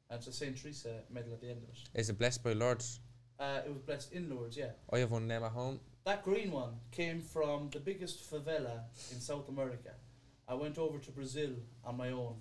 Speaker 3: and it's a Saint Teresa medal at the end of it.
Speaker 1: Is it blessed by lords?
Speaker 3: Uh, it was blessed in Lourdes, yeah.
Speaker 1: I have one name at home.
Speaker 3: That green one came from the biggest favela in South America. I went over to Brazil on my own,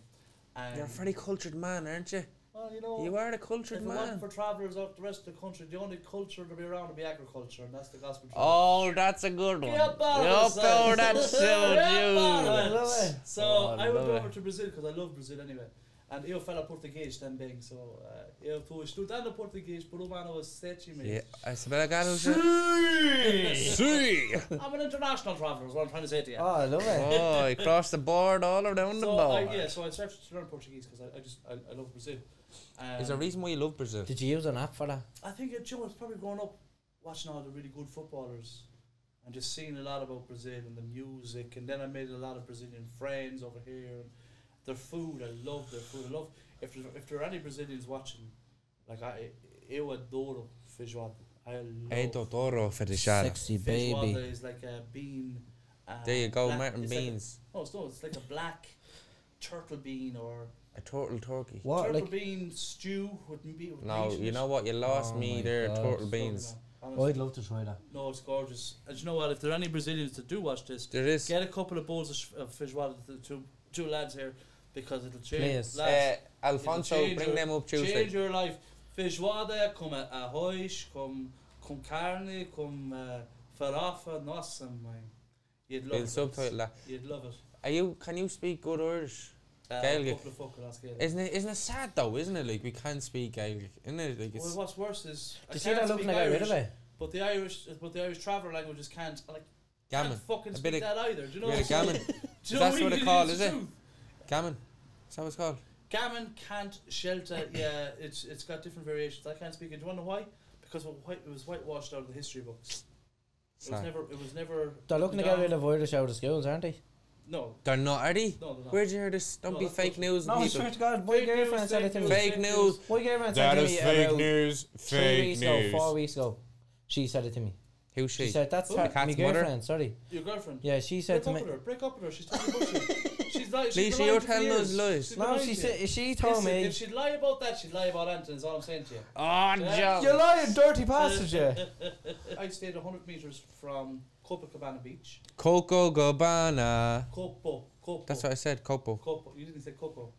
Speaker 3: and
Speaker 1: You're a very cultured man, aren't you?
Speaker 3: well, you know,
Speaker 1: You are a
Speaker 3: If it
Speaker 1: cultured
Speaker 3: wasn't
Speaker 1: man.
Speaker 3: for travellers out the rest of the country, the only culture to be around would be agriculture, and that's the gospel. truth.
Speaker 1: Oh, that's a good one.
Speaker 3: Yep,
Speaker 1: Yup, oh, that's so you.
Speaker 3: So
Speaker 1: Oh, I
Speaker 3: I would go
Speaker 1: love
Speaker 3: over to Brazil because I love Brazil anyway. And eu falo português também, so uh, eu estou estudando português por um ano e sete
Speaker 1: Yeah,
Speaker 3: meses.
Speaker 1: I suppose I got it.
Speaker 3: Yeah.
Speaker 1: See.
Speaker 3: I'm an international traveller, is what I'm trying to say to you.
Speaker 2: Oh, I love it.
Speaker 1: Oh, he crossed the board all around the
Speaker 3: so
Speaker 1: board.
Speaker 3: I, yeah, so I started to learn Portuguese because I, I just I, I love Brazil. Um,
Speaker 1: Is there a reason why you love Brazil?
Speaker 2: Did you use an app for that?
Speaker 3: I think it, you know, it's probably growing up watching all the really good footballers and just seeing a lot about Brazil and the music. And then I made a lot of Brazilian friends over here. And their food, I love their food. I love if there, if there are any Brazilians watching, like I, eu adoro feijoada. I
Speaker 1: Hey,
Speaker 3: love
Speaker 1: Totoro Fetishada.
Speaker 2: Sexy
Speaker 3: feijoada
Speaker 2: baby.
Speaker 3: is like a bean. Uh,
Speaker 1: There you go,
Speaker 3: black-
Speaker 1: Martin
Speaker 3: it's like a-
Speaker 1: Beans.
Speaker 3: no, it's no, it's like a black turtle bean or
Speaker 1: A turtle turkey.
Speaker 2: What?
Speaker 3: turtle
Speaker 2: Like,
Speaker 3: bean stew with meat. With
Speaker 1: No,
Speaker 3: meat in
Speaker 1: you
Speaker 3: it.
Speaker 1: know what? You lost
Speaker 2: Oh
Speaker 1: me
Speaker 2: my
Speaker 1: there,
Speaker 2: God.
Speaker 1: turtle
Speaker 3: Fucking
Speaker 1: beans.
Speaker 3: hell, honestly.
Speaker 2: I'd love to try that.
Speaker 3: No, it's gorgeous. And you know what? If there are any Brazilians that do watch this,
Speaker 1: There is.
Speaker 3: get a couple of bowls of, sh- of feijoada to the two, two lads here because it'll change.
Speaker 2: Please.
Speaker 1: Uh,
Speaker 3: Lads, it'll
Speaker 1: Alfonso,
Speaker 3: change
Speaker 1: bring
Speaker 3: your-
Speaker 1: them up
Speaker 3: Change
Speaker 1: Uh, Tuesday.
Speaker 3: your life. Feijoada com a- arroz, com, com carne, com uh, farofa. Nossa, mãe. You'd love
Speaker 1: He'll
Speaker 3: it.
Speaker 1: subtitle that.
Speaker 3: You'd love it.
Speaker 1: Are you? Can you speak good Irish?
Speaker 3: Uh,
Speaker 1: Gaelic.
Speaker 3: A couple of folk will ask Gaelic.
Speaker 1: Isn't it? Isn't it sad though? Isn't it? Like we can't speak Gaelic. Isn't it? Like
Speaker 3: Well,
Speaker 1: it's.
Speaker 3: what's worse is I
Speaker 2: Do you see that
Speaker 3: can't
Speaker 2: looking like
Speaker 3: speak
Speaker 2: eh? I
Speaker 3: Irish,
Speaker 2: rid of it?
Speaker 3: but the Irish, but the Irish traveller languages can't. I Like,
Speaker 1: Gammon.
Speaker 3: can't fucking
Speaker 1: A
Speaker 3: speak
Speaker 1: bit of-
Speaker 3: that either. Do you know?
Speaker 1: yeah,
Speaker 3: what I'm saying?
Speaker 1: gammon.
Speaker 3: Do you
Speaker 1: That's
Speaker 3: know
Speaker 1: what
Speaker 3: what
Speaker 1: they
Speaker 3: it
Speaker 1: call,
Speaker 3: is,
Speaker 1: is
Speaker 3: the
Speaker 1: it?
Speaker 3: truth.
Speaker 1: Gammon. Is that what it's called?
Speaker 3: Gammon, can't, shelter, yeah, it's it's got different variations. I can't speak it. Do you want to know why? Because it was white- it was whitewashed out of the history books. It was
Speaker 1: Sad.
Speaker 3: never. It was never.
Speaker 2: They're looking to get
Speaker 3: done.
Speaker 2: rid of Irish out of schools, aren't they?
Speaker 3: No,
Speaker 1: They're not, are they?
Speaker 3: no, they're not.
Speaker 1: Where'd you hear this? Don't
Speaker 3: No,
Speaker 1: be
Speaker 3: that's
Speaker 1: fake
Speaker 3: what-
Speaker 1: news,
Speaker 2: No, I
Speaker 1: people.
Speaker 2: swear to God, my
Speaker 3: Fake news,
Speaker 2: girlfriend said it
Speaker 3: fake
Speaker 2: to me.
Speaker 3: news.
Speaker 1: Fake news.
Speaker 2: My girlfriend said it to me about
Speaker 1: news.
Speaker 2: three weeks ago, four weeks ago. She said it to me.
Speaker 1: Who's
Speaker 2: She,
Speaker 1: she?
Speaker 2: said that's
Speaker 3: Who?
Speaker 2: her,
Speaker 1: The cat's
Speaker 2: my
Speaker 1: mother?
Speaker 2: girlfriend. Sorry.
Speaker 3: Your girlfriend.
Speaker 2: Yeah, she said
Speaker 3: Break
Speaker 2: to
Speaker 3: up
Speaker 2: me.
Speaker 3: with her. Break up with her. She's telling you bullshit. She's lying. She's
Speaker 1: Lisa,
Speaker 3: been
Speaker 1: you're
Speaker 3: lying for
Speaker 1: telling us
Speaker 3: years.
Speaker 1: lies.
Speaker 3: She's been
Speaker 2: No,
Speaker 3: lying
Speaker 2: she
Speaker 3: to
Speaker 2: said
Speaker 3: you.
Speaker 2: she told
Speaker 3: Listen,
Speaker 2: me.
Speaker 3: If she'd lie about that, she'd lie about Anton. Is all I'm saying to you.
Speaker 1: Oh,
Speaker 3: Yeah.
Speaker 1: Joe.
Speaker 2: You're lying, dirty bastard. yeah.
Speaker 3: I stayed 100 meters from Copacabana Beach.
Speaker 1: Coco Gabbana.
Speaker 3: Copo. Copo.
Speaker 1: That's what I said, Copo.
Speaker 3: Copo. You didn't say Coco.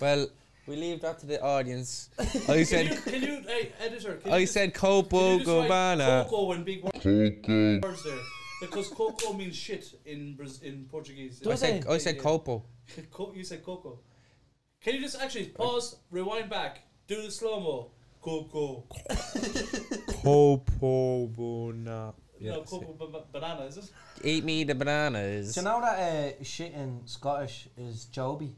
Speaker 1: Well, we leave that to the audience. I
Speaker 3: Can you,
Speaker 1: said,
Speaker 3: can you, hey, editor? Can you
Speaker 1: I
Speaker 3: just-
Speaker 1: said
Speaker 3: Can
Speaker 1: Copo
Speaker 3: you just write
Speaker 1: Gabbana.
Speaker 3: Coco in big
Speaker 4: Coco.
Speaker 3: words there. because coco means shit in Braz- in Portuguese.
Speaker 1: I
Speaker 2: Does
Speaker 1: said,
Speaker 2: it?
Speaker 1: I said copo.
Speaker 3: Co- you said coco. Can you just actually pause, rewind back, do the slow mo? Coco.
Speaker 1: Copo bona.
Speaker 3: no, coco ba- ba- banana is it?
Speaker 1: Eat me the bananas.
Speaker 2: So now that uh, shit in Scottish is joby.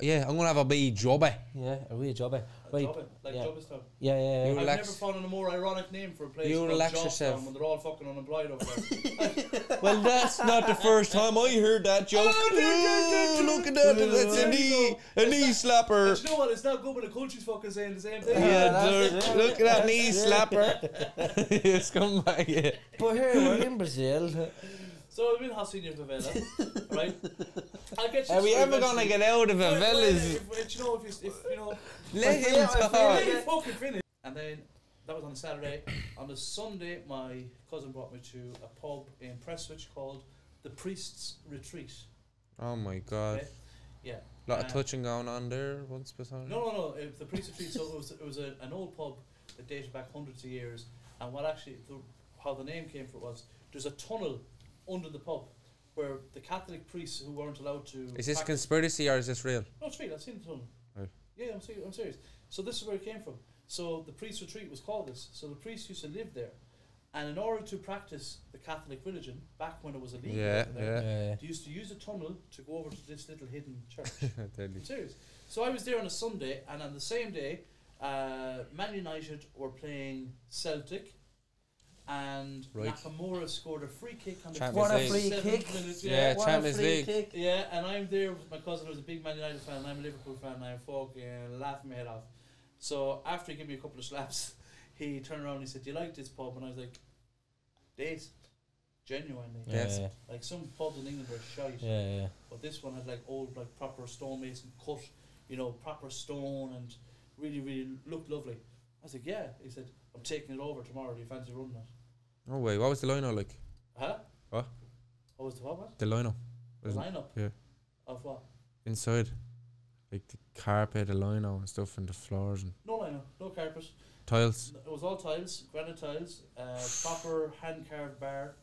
Speaker 1: Yeah, I'm gonna have a bee jobby.
Speaker 2: Yeah, a real joby. Wait,
Speaker 3: Jobbing, like
Speaker 2: yeah.
Speaker 3: Jobbingstown.
Speaker 2: yeah, yeah, yeah.
Speaker 1: You
Speaker 3: I've
Speaker 1: relax.
Speaker 3: never found a more ironic name for a place
Speaker 1: You
Speaker 3: called
Speaker 1: relax
Speaker 3: Jobbstown
Speaker 1: yourself.
Speaker 3: when they're all fucking unemployed over there.
Speaker 1: Well, that's not the first time I heard that joke. Ooh, look at that! That's a knee, a knee
Speaker 3: And
Speaker 1: slapper.
Speaker 3: you know what? It's not good when the country's fucking saying the same thing.
Speaker 1: Yeah,
Speaker 2: that's
Speaker 1: dude,
Speaker 2: it.
Speaker 1: look at that knee
Speaker 2: That's it.
Speaker 1: slapper. it's come back. Yeah.
Speaker 2: But here we're in Brazil.
Speaker 3: So I'm in Jacinho Favela, right? I'll get you
Speaker 1: Are we
Speaker 3: through
Speaker 1: ever gonna
Speaker 3: eventually.
Speaker 1: get out of
Speaker 3: Wait,
Speaker 1: a
Speaker 3: wait,
Speaker 1: villas?
Speaker 3: If, if, you know, if you, if, you know,
Speaker 1: Let
Speaker 2: Wait,
Speaker 1: him
Speaker 2: wait, wait,
Speaker 1: talk.
Speaker 3: let me fucking finish. And then that was on a Saturday. on the Sunday, my cousin brought me to a pub in Prestwich called the Priest's Retreat.
Speaker 1: Oh my god.
Speaker 3: Okay. Yeah.
Speaker 1: Lot of
Speaker 3: Uh,
Speaker 1: touching going on there once before.
Speaker 3: No, no, no. It, the Priest's Retreat. So it was it was a, an old pub that dated back hundreds of years. And what actually the, how the name came for it was there's a tunnel under the pub where the Catholic priests who weren't allowed to.
Speaker 1: Is this
Speaker 3: practice-
Speaker 1: conspiracy or is this real?
Speaker 3: No, it's real. I've seen the tunnel.
Speaker 1: Right.
Speaker 3: Yeah, I'm serious. I'm serious. So this is where it came from. So the priest's retreat was called this. So the priests used to live there, and in order to practice the Catholic religion back when it was illegal,
Speaker 1: Yeah,
Speaker 3: over there,
Speaker 1: yeah.
Speaker 3: they used to use a tunnel to go over to this little hidden church. I'm
Speaker 1: Deadly.
Speaker 3: serious. So I was there on a Sunday, and on the same day, uh, Man United were playing Celtic, and
Speaker 1: Right.
Speaker 3: Nakamura scored a free kick on the
Speaker 1: Champions
Speaker 2: What a
Speaker 1: League.
Speaker 2: free
Speaker 3: 27th
Speaker 2: kick!
Speaker 3: minute,
Speaker 1: Yeah,
Speaker 2: what a
Speaker 1: Champions
Speaker 2: free
Speaker 1: League.
Speaker 2: kick!
Speaker 3: yeah, and I'm there with my cousin who's a big Man United fan, and I'm a Liverpool fan, and I'm fucking laughing my head off. So after he gave me a couple of slaps, he turned around and he said, Do you like this pub? And I was like, This, genuinely.
Speaker 1: Yes.
Speaker 2: Yeah,
Speaker 3: Like some pubs in England are shite,
Speaker 2: yeah, yeah.
Speaker 3: but this one had like old, like proper stonemason cut, you know, proper stone, and really, really looked lovely. I was like, Yeah. He said, I'm taking it over tomorrow. Do you fancy running it?
Speaker 1: No way. What was the lino like?
Speaker 3: Huh?
Speaker 1: What?
Speaker 3: What was the what? what?
Speaker 1: The lino
Speaker 3: The
Speaker 1: Wasn't-
Speaker 3: lineup?
Speaker 1: yeah.
Speaker 3: Of what?
Speaker 1: inside, like the carpet, the lino and stuff, and the floors and
Speaker 3: No lineup, no carpet.
Speaker 1: tiles.
Speaker 3: It was all tiles, granite tiles, uh, proper hand carved bar.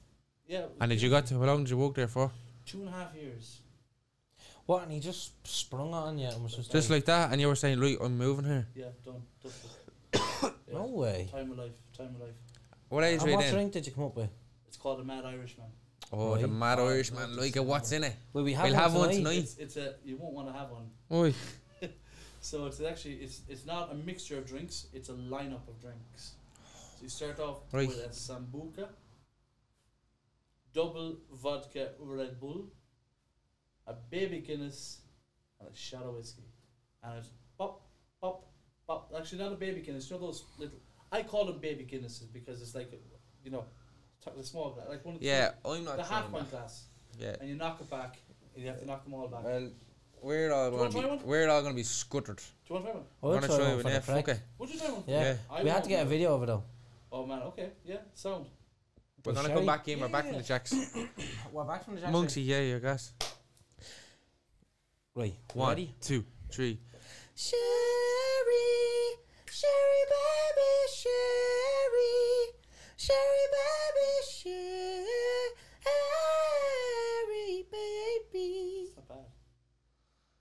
Speaker 3: Yeah. it was
Speaker 1: And did you
Speaker 3: beautiful.
Speaker 1: got to, how long did you work there for?
Speaker 3: two and a half years?
Speaker 2: What? And he just sprung on you and was just,
Speaker 1: Just like that, and you were saying, right, I'm moving here.
Speaker 3: Yeah, done. dusted. Yeah.
Speaker 2: no way.
Speaker 3: Time of life. Time of life.
Speaker 1: What age were
Speaker 2: And
Speaker 1: you
Speaker 2: what
Speaker 1: then?
Speaker 2: drink did you come up with?
Speaker 3: It's called a Mad Irishman.
Speaker 1: Oh, the
Speaker 2: Right.
Speaker 1: mad
Speaker 3: Oh,
Speaker 1: Irishman,
Speaker 3: that's
Speaker 1: like it, what's in it?
Speaker 2: Well, we have
Speaker 1: We'll
Speaker 2: one
Speaker 1: have one
Speaker 2: tonight.
Speaker 1: tonight.
Speaker 3: It's it's a you won't want to have one.
Speaker 1: Oi.
Speaker 3: So it's actually it's it's not a mixture of drinks. It's a lineup of drinks. So you start off
Speaker 1: Right.
Speaker 3: with a sambuca, double vodka Red Bull, a baby Guinness, and a shot of whiskey, and it's pop, pop, pop. Actually, not a baby Guinness. You know those little. I call them baby Guinnesses because it's like, you know, t- the small glass, like one of the,
Speaker 1: Yeah, I'm not
Speaker 3: the half
Speaker 1: trying that.
Speaker 3: pint glass,
Speaker 1: Yeah.
Speaker 3: and you knock it back, and you have to knock them all back. Do
Speaker 1: Well, we're all
Speaker 3: Do you
Speaker 1: gonna
Speaker 3: wanna
Speaker 1: be,
Speaker 3: try one?
Speaker 1: we're all gonna be scuttered.
Speaker 3: you want to try one?
Speaker 2: Oh,
Speaker 1: I'm gonna try
Speaker 2: one
Speaker 1: one,
Speaker 2: for the
Speaker 1: yeah,
Speaker 2: crack.
Speaker 1: fuck it.
Speaker 3: Would you try one?
Speaker 2: Yeah.
Speaker 3: I
Speaker 2: we had
Speaker 3: won't
Speaker 2: to get a
Speaker 3: do it.
Speaker 2: video of it though.
Speaker 3: Oh man, okay, yeah, sound.
Speaker 1: We're
Speaker 2: Well,
Speaker 1: gonna
Speaker 2: shall
Speaker 1: come
Speaker 2: we?
Speaker 1: back in, we're back in
Speaker 3: Yeah.
Speaker 1: the jacks.
Speaker 2: We're back from the
Speaker 1: Monksy, yeah, your gas.
Speaker 2: Right. you
Speaker 1: One,
Speaker 2: Ready?
Speaker 1: two, three.
Speaker 6: Sherry, Sherry, baby, Sherry, Sherry, baby, Sherry, baby.
Speaker 3: It's not bad.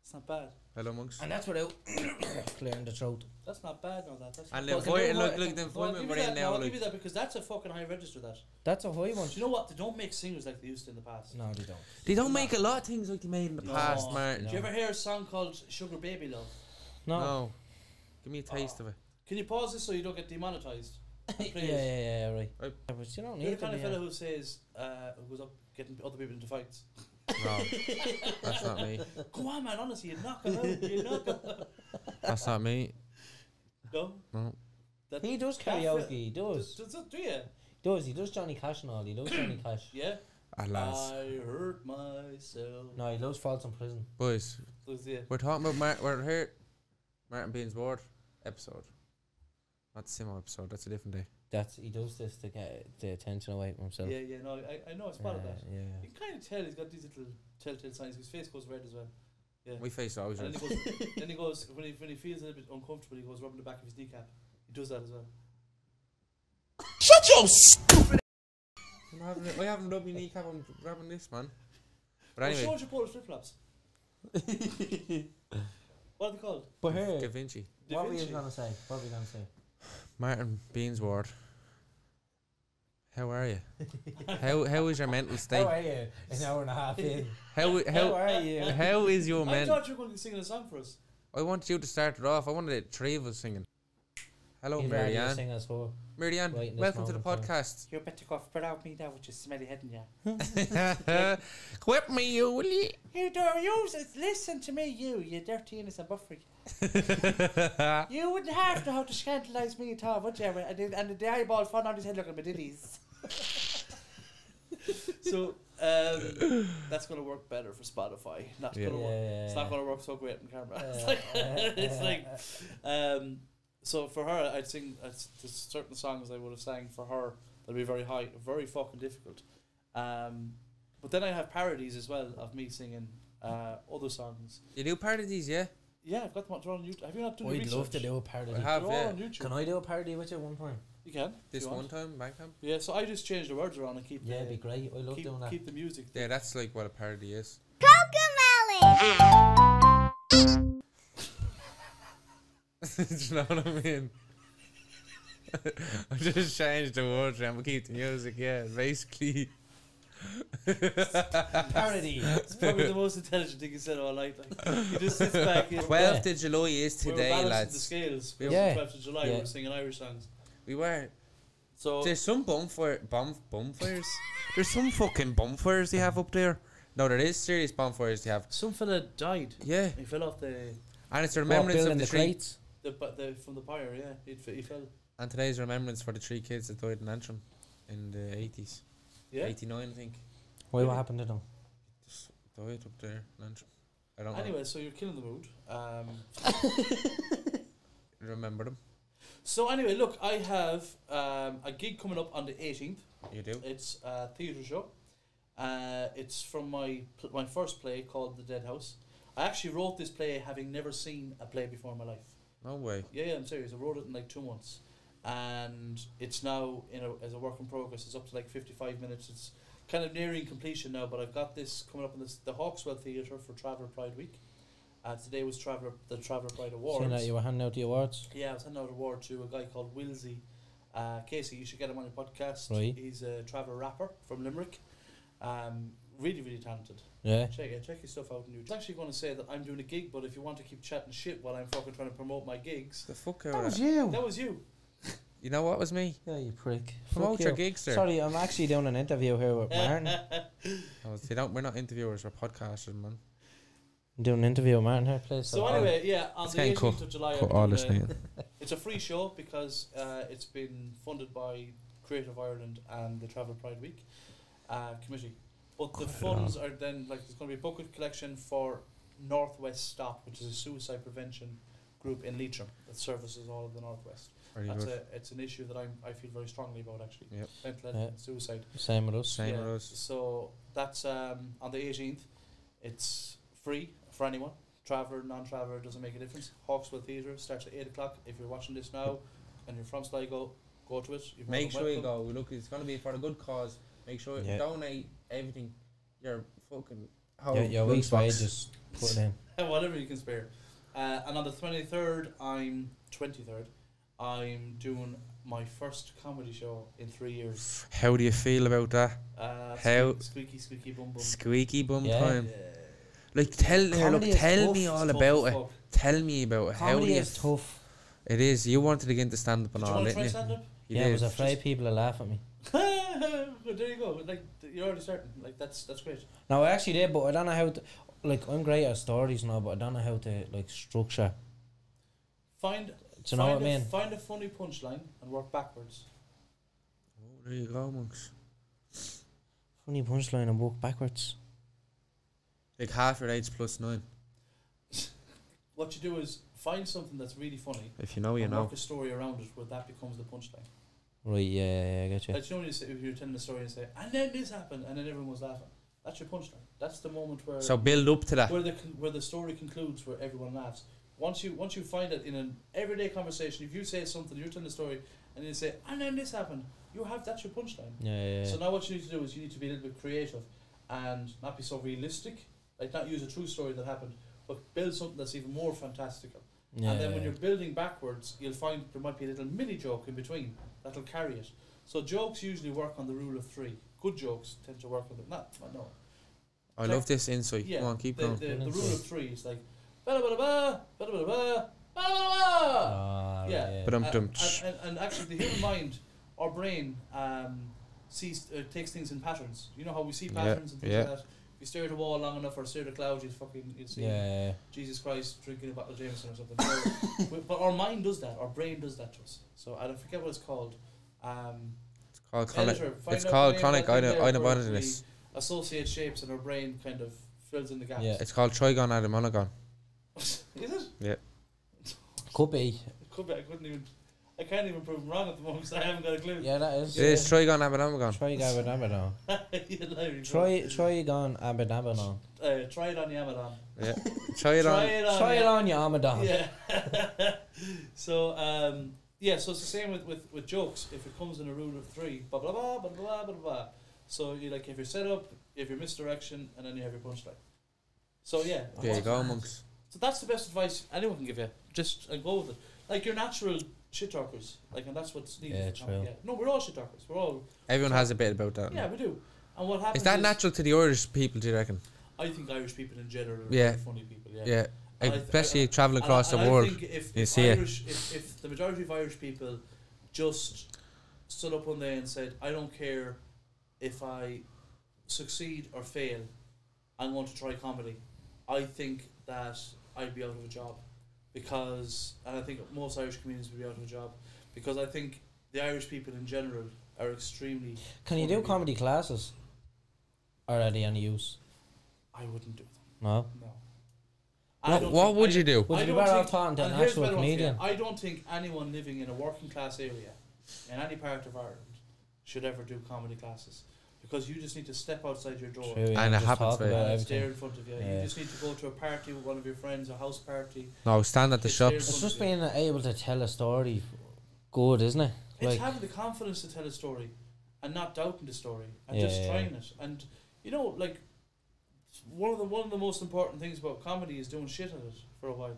Speaker 3: It's not bad.
Speaker 1: Hello, monks.
Speaker 2: And that's without clearing the throat.
Speaker 3: That's not bad. No, that. That's.
Speaker 1: And
Speaker 3: not
Speaker 1: the
Speaker 2: Well, can you-
Speaker 1: void, look, look, the
Speaker 3: bad. No, I'll
Speaker 1: void
Speaker 3: give you
Speaker 1: we're in
Speaker 3: that. No,
Speaker 1: now,
Speaker 3: I'll give
Speaker 1: like.
Speaker 3: you that because that's a fucking high register. That.
Speaker 2: That's a high one.
Speaker 3: Do you know what? They don't make singers like they used to in the past.
Speaker 2: No, they don't.
Speaker 1: They don't make a lot of things like they made in the
Speaker 3: No.
Speaker 1: past, Martin.
Speaker 3: Do you ever hear a song called "Sugar Baby Love"?
Speaker 2: No.
Speaker 1: No. Give me a taste of it.
Speaker 3: Can you pause this so you don't get demonetized?
Speaker 2: yeah,
Speaker 3: Please.
Speaker 2: yeah, yeah, yeah, right.
Speaker 1: Right.
Speaker 2: Yeah, but you don't
Speaker 3: You're the
Speaker 2: need
Speaker 3: kind of
Speaker 2: to.
Speaker 3: fella
Speaker 2: yeah.
Speaker 3: who says, uh, who goes up getting other people into fights.
Speaker 1: No. That's not me.
Speaker 3: Go on, man. Honestly, you knock 'em out. You knock 'em out.
Speaker 1: That's not me.
Speaker 3: No.
Speaker 1: No.
Speaker 3: That,
Speaker 2: He does
Speaker 3: that
Speaker 2: karaoke.
Speaker 3: fe-
Speaker 2: He
Speaker 3: Does,
Speaker 2: does.
Speaker 3: does it, do you?
Speaker 2: Does he does Johnny Cash and all? He loves Johnny Cash.
Speaker 3: Yeah.
Speaker 1: Ah, lads.
Speaker 3: I hurt myself.
Speaker 2: No, he loves Falls in Prison.
Speaker 1: Boys,
Speaker 3: Does he?
Speaker 1: we're talking about Mar- we're here. Martin Bean's Ward episode. Not the same episode, that's a different day.
Speaker 2: That's he does this to get the attention away from himself.
Speaker 3: Yeah, yeah, no, I, I know, I spotted
Speaker 2: Yeah,
Speaker 3: that.
Speaker 2: yeah.
Speaker 3: You can kind of tell he's got these little telltale signs. His face goes red as well.
Speaker 1: My face always
Speaker 3: And
Speaker 1: red.
Speaker 3: then he goes, then he goes when, he, when he feels a little bit uncomfortable, he goes rubbing the back of his kneecap. He does that as well.
Speaker 1: I'm having, I haven't rubbed my kneecap. I'm rubbing this, man. But
Speaker 3: Well,
Speaker 1: anyway,
Speaker 3: Show us your Polish flip flops. what are they called?
Speaker 2: But here,
Speaker 1: Da Vinci.
Speaker 3: Da
Speaker 2: what were you
Speaker 3: Vinci.
Speaker 2: gonna say? What were you gonna say?
Speaker 1: Martin Beansward. How are you? how how is your mental
Speaker 3: Oh,
Speaker 1: state?
Speaker 2: How are you? An hour and a half in.
Speaker 1: How
Speaker 2: How
Speaker 1: how
Speaker 2: are you?
Speaker 1: how is your
Speaker 3: I
Speaker 1: mental?
Speaker 3: thought you were going to be singing a song for us.
Speaker 1: I want you to start it off. I wanted the three of us singing. Hello,
Speaker 2: In radio
Speaker 1: Marianne.
Speaker 2: sing as well.
Speaker 1: Marianne,
Speaker 2: Right in this
Speaker 1: welcome to the
Speaker 2: moment,
Speaker 1: podcast.
Speaker 3: You better go spread out me now with your smelly head in ya.
Speaker 1: Whip me, you will you?
Speaker 3: You don't use it. Listen to me, you, you dirty innocent buffering. You wouldn't have to have to scandalise me at all, would you? And the, and the eyeball fun on his head looking at my ditties. so um, that's going to work better for Spotify. Not
Speaker 1: Yeah.
Speaker 3: gonna work. It's not going to work so great on camera. It's like, it's like um, so for her, I'd sing I'd, s- there's certain songs I would have sang for her that'd be very high, very fucking difficult. Um, but then I have parodies as well of me singing uh, other songs.
Speaker 1: You do part of these, yeah?
Speaker 3: Yeah, I've got them all they're on YouTube. Have you not done the
Speaker 2: We'd love to
Speaker 3: research?
Speaker 2: do a parody.
Speaker 1: I have,
Speaker 3: They're all
Speaker 1: yeah.
Speaker 3: on YouTube.
Speaker 2: Can I do a parody with you at one point?
Speaker 3: You can. if
Speaker 1: This
Speaker 3: you want.
Speaker 1: one time, back time.
Speaker 3: Yeah, so I just change the words around and keep
Speaker 2: Yeah, it'd
Speaker 3: the,
Speaker 2: be great. I love
Speaker 3: keep,
Speaker 2: doing that.
Speaker 3: keep the music.
Speaker 1: Yeah, that's like what a parody is.
Speaker 5: Cocomelon.
Speaker 1: do you know what I mean? I just changed the words around, but keep the music, yeah, basically.
Speaker 2: parody.
Speaker 3: It's probably the most intelligent thing he said all night. Like, he just sits back. in
Speaker 1: 12th of July is
Speaker 3: we were
Speaker 1: today,
Speaker 3: balancing The
Speaker 1: lads.
Speaker 3: scales.
Speaker 1: We
Speaker 3: because
Speaker 2: were-
Speaker 3: it's 12th of July. We
Speaker 2: Yeah.
Speaker 3: were singing Irish songs.
Speaker 1: We were.
Speaker 3: So
Speaker 1: There's some bonfire, bomb, bonfires. Oh. There's some fucking bonfires they have up there. No, there is serious bonfires they have.
Speaker 3: some fella died.
Speaker 1: Yeah,
Speaker 3: He fell off the
Speaker 1: and it's a remembrance of Oh, the, tree.
Speaker 3: the, bu- the from the pyre. Yeah, he, f- he fell.
Speaker 1: And today's remembrance for the three kids that died in Antrim in the 80s.
Speaker 3: Yeah.
Speaker 1: 89, I think.
Speaker 2: Wait, what happened to them?
Speaker 1: Just died up there in Antrim. I don't
Speaker 3: Anyway, so you're killing the mood. Um,
Speaker 1: know. remember them.
Speaker 3: so anyway, look, I have um, a gig coming up on the 18th.
Speaker 1: You do?
Speaker 3: It's a theatre show. Uh, it's from my pl- my first play called The Dead House. I actually wrote this play having never seen a play before in my life.
Speaker 1: No way.
Speaker 3: Yeah, yeah, I'm serious. I wrote it in like two months, and it's now in a, as a work in progress. It's up to like 55 minutes. It's kind of nearing completion now, but I've got this coming up in this, the Hawkswell Theatre for Traveller Pride Week. Uh, today was Traveller the Traveller Pride Awards.
Speaker 2: Seeing that you were handing out the awards.
Speaker 3: Yeah, I was handing out an award to a guy called Wilsey. Uh, Casey, you should get him on your podcast.
Speaker 2: Right.
Speaker 3: He's a travel rapper from Limerick. Um, really, really talented.
Speaker 2: Yeah.
Speaker 3: Check it, check his stuff out. on YouTube. I was actually going to say that I'm doing a gig, but if you want to keep chatting shit while I'm fucking trying to promote my gigs,
Speaker 1: The fuck out of that.
Speaker 2: you.
Speaker 3: that was you.
Speaker 1: You know what was me?
Speaker 2: Yeah, you prick.
Speaker 1: Promote
Speaker 2: Fuck
Speaker 1: your
Speaker 2: you.
Speaker 1: gigs, sir.
Speaker 2: Sorry, I'm actually doing an interview here with Martin. I'm
Speaker 1: No, they don't, we're not interviewers, we're podcasters, man.
Speaker 2: doing an interview with Martin here, please.
Speaker 3: So anyway, yeah, on
Speaker 1: um, It's
Speaker 3: the
Speaker 1: getting
Speaker 3: 18th
Speaker 1: cut-
Speaker 3: of July,
Speaker 1: Cut
Speaker 3: I'm
Speaker 1: all
Speaker 3: doing
Speaker 1: this
Speaker 3: a- it's a free show because uh, it's been funded by Creative Ireland and the Travel Pride Week uh, committee. But the funds are then like there's going to be a booklet collection for Northwest Stop, which is a suicide prevention group in Leitrim that services all of the Northwest.
Speaker 1: Very
Speaker 3: That's
Speaker 1: good.
Speaker 3: a, it's an issue that I'm, I feel very strongly about actually.
Speaker 1: Yep.
Speaker 3: Mental
Speaker 2: Yeah.
Speaker 3: health and suicide.
Speaker 2: Same with us.
Speaker 1: Same with us.
Speaker 3: So that's um, on the 18th. It's free for anyone. Traveller, non traveller, doesn't make a difference. Hawkswell Theatre starts at 8 o'clock. If you're watching this now and you're from Sligo, go to it. You're more
Speaker 1: Make
Speaker 3: than
Speaker 1: sure you
Speaker 3: welcome.
Speaker 1: go. Look, it's going to be for a good cause. Make sure
Speaker 2: Yeah.
Speaker 1: you donate everything. Your fucking whole
Speaker 2: Your, your week's
Speaker 1: lunchbox.
Speaker 2: wages. Put it in.
Speaker 3: Whatever you can spare. Uh, and on the 23rd, I'm 23rd, I'm doing my first comedy show in three years.
Speaker 1: How do you feel about that? How-
Speaker 3: Uh, squeak- Squeaky, squeaky, bum bum.
Speaker 1: Squeaky bum
Speaker 2: Yeah.
Speaker 1: time. Like tell her, look,
Speaker 2: Comedy is
Speaker 1: tell
Speaker 2: tough,
Speaker 1: me all
Speaker 3: It's tough
Speaker 1: about
Speaker 3: as
Speaker 1: it.
Speaker 3: fuck.
Speaker 1: Tell me about it. How do
Speaker 2: Comedy
Speaker 1: you?
Speaker 2: is tough.
Speaker 1: It is. You wanted to get into stand up and
Speaker 3: Did you
Speaker 1: all,
Speaker 3: want to
Speaker 1: didn't
Speaker 3: try
Speaker 1: you?
Speaker 3: stand up?
Speaker 1: You
Speaker 2: yeah, I
Speaker 1: did.
Speaker 2: was afraid people would laugh at me.
Speaker 3: but there you go. But like th- you're already starting. Like that's that's great.
Speaker 2: No, I actually did, but I don't know how to. Like, I'm great at stories now, but I don't know how to, like, structure.
Speaker 3: Find
Speaker 2: Do you know what
Speaker 3: find
Speaker 2: I
Speaker 3: a-
Speaker 2: mean?
Speaker 3: Find a funny punchline and work backwards.
Speaker 1: Oh, there you go, monks.
Speaker 2: Funny punchline and walk backwards.
Speaker 1: Like half your age plus nine.
Speaker 3: What you do is find something that's really funny
Speaker 1: If you know, you
Speaker 3: and
Speaker 1: know.
Speaker 3: work a story around it where that becomes the punchline.
Speaker 2: Right, yeah, yeah, yeah, I get you.
Speaker 3: Like, do you know when you say, if you're telling a story and say, and then this happened, and then everyone was laughing. That's your punchline. That's the moment where
Speaker 1: So build up to that.
Speaker 3: where the con- where the story concludes, where everyone laughs. Once you once you find it in an everyday conversation, if you say something, you're telling a story, and then say, and then this happened. You have that's your punchline.
Speaker 2: Yeah, yeah,
Speaker 3: So now what you need to do is you need to be a little bit creative and not be so realistic. Like not use a true story that happened, but build something that's even more fantastical.
Speaker 2: yeah.
Speaker 3: And then when you're building backwards, you'll find there might be a little mini joke in between that'll carry it. So jokes usually work on the rule of three. Good jokes tend to work on the not no.
Speaker 1: I love this insight.
Speaker 3: Yeah,
Speaker 1: Go on, keep
Speaker 3: the,
Speaker 1: going.
Speaker 3: the, the rule of three is like ba ba ba ba ba ba ba
Speaker 2: Ah, right,
Speaker 3: yeah.
Speaker 1: But I'm
Speaker 3: Uh,
Speaker 1: dumped.
Speaker 3: And, and, and actually, the human mind, our brain, um, sees uh, takes things in patterns. You know how we see
Speaker 1: Yeah,
Speaker 3: patterns and things
Speaker 1: yeah.
Speaker 3: like that. If you stare at a wall long enough or stare at a cloud, you'll fucking you'll see
Speaker 2: yeah,
Speaker 3: Jesus Christ drinking a bottle of Jameson or something. So, we- but our mind does that. Our brain does that to us. So I don't forget what it's called. Um,
Speaker 1: It's called chronic.
Speaker 3: editor, find
Speaker 1: It's
Speaker 3: out
Speaker 1: called
Speaker 3: the name of
Speaker 1: chronic
Speaker 3: that thing there where
Speaker 1: inobotanus.
Speaker 3: we Associate shapes and our brain kind of fills in the gaps.
Speaker 2: Yeah.
Speaker 1: It's called trigon adamonagon.
Speaker 3: Is it?
Speaker 2: Could be.
Speaker 3: Could be. I couldn't even. I can't even prove them wrong at the moment because I haven't got a clue.
Speaker 2: Yeah, that is.
Speaker 1: It is trigon adamonagon.
Speaker 2: Try Gavin Abaddon.
Speaker 3: You know, you're
Speaker 2: Try try gone Abaddon.
Speaker 3: uh, try it on the Amazon.
Speaker 1: Yeah. Try it on.
Speaker 2: Try it on your Abaddon.
Speaker 3: Yeah. so um, yeah, so it's the same with, with, with jokes. If it comes in a rule of three, blah blah blah blah blah blah blah. So you like if you're set up, if you're misdirection, and then you have your punchline. So yeah.
Speaker 1: There you go, monks.
Speaker 3: So that's the best advice anyone can give you. Just and go with it. Like you're natural shit talkers. Like and that's what's needed.
Speaker 2: Yeah,
Speaker 3: for comedy.
Speaker 2: true.
Speaker 3: No, we're all shit talkers. We're all
Speaker 1: Everyone has a bit about that.
Speaker 3: yeah, we do. And what happens
Speaker 1: Is that
Speaker 3: is-
Speaker 1: natural to the Irish people, do you reckon?
Speaker 3: I think Irish people in general are
Speaker 1: Yeah.
Speaker 3: funny people. Yeah.
Speaker 1: Yeah.
Speaker 3: And I th-
Speaker 1: Especially
Speaker 3: and-
Speaker 1: traveling
Speaker 3: and
Speaker 1: across
Speaker 3: I, and
Speaker 1: the
Speaker 3: I
Speaker 1: world.
Speaker 3: think if,
Speaker 1: You
Speaker 3: if
Speaker 1: see it.
Speaker 3: Irish, If, if the majority of Irish people just stood up one day and said, "I don't care if I succeed or fail, I want to try comedy," I think that I'd be out of a job because, and I think most Irish comedians would be out of a job because I think the Irish people in general are extremely.
Speaker 2: Can you do comedy classes? Or are they any use?
Speaker 3: I wouldn't do them.
Speaker 2: No.
Speaker 3: No. I
Speaker 1: What,
Speaker 3: don't
Speaker 1: what
Speaker 3: think-
Speaker 1: would
Speaker 3: I-
Speaker 1: you do?
Speaker 2: Would
Speaker 3: I
Speaker 2: you be
Speaker 3: don't
Speaker 2: better
Speaker 3: think-
Speaker 2: off talking to
Speaker 3: and
Speaker 2: an
Speaker 3: here's
Speaker 2: actual
Speaker 3: better ones, yeah.
Speaker 2: comedian?
Speaker 3: I don't think anyone living in a working class area in any part of Ireland should ever do comedy classes because you just need to step outside your door.
Speaker 2: True, yeah,
Speaker 1: And it
Speaker 2: just
Speaker 1: happens
Speaker 2: talk
Speaker 1: very-
Speaker 2: about
Speaker 3: And it's there
Speaker 2: everything.
Speaker 3: in front of you. You
Speaker 2: Yeah.
Speaker 3: just need to go to a party with one of your friends, a house party.
Speaker 1: No, stand at the
Speaker 3: It's there.
Speaker 1: shops.
Speaker 2: It's just being able to tell a story good, isn't it?
Speaker 3: it's
Speaker 2: Like,
Speaker 3: having the confidence to tell a story and not doubting the story and
Speaker 2: Yeah,
Speaker 3: just
Speaker 2: yeah,
Speaker 3: trying it. And you know, like one of the one of the most important things about comedy is doing shit at it for a while.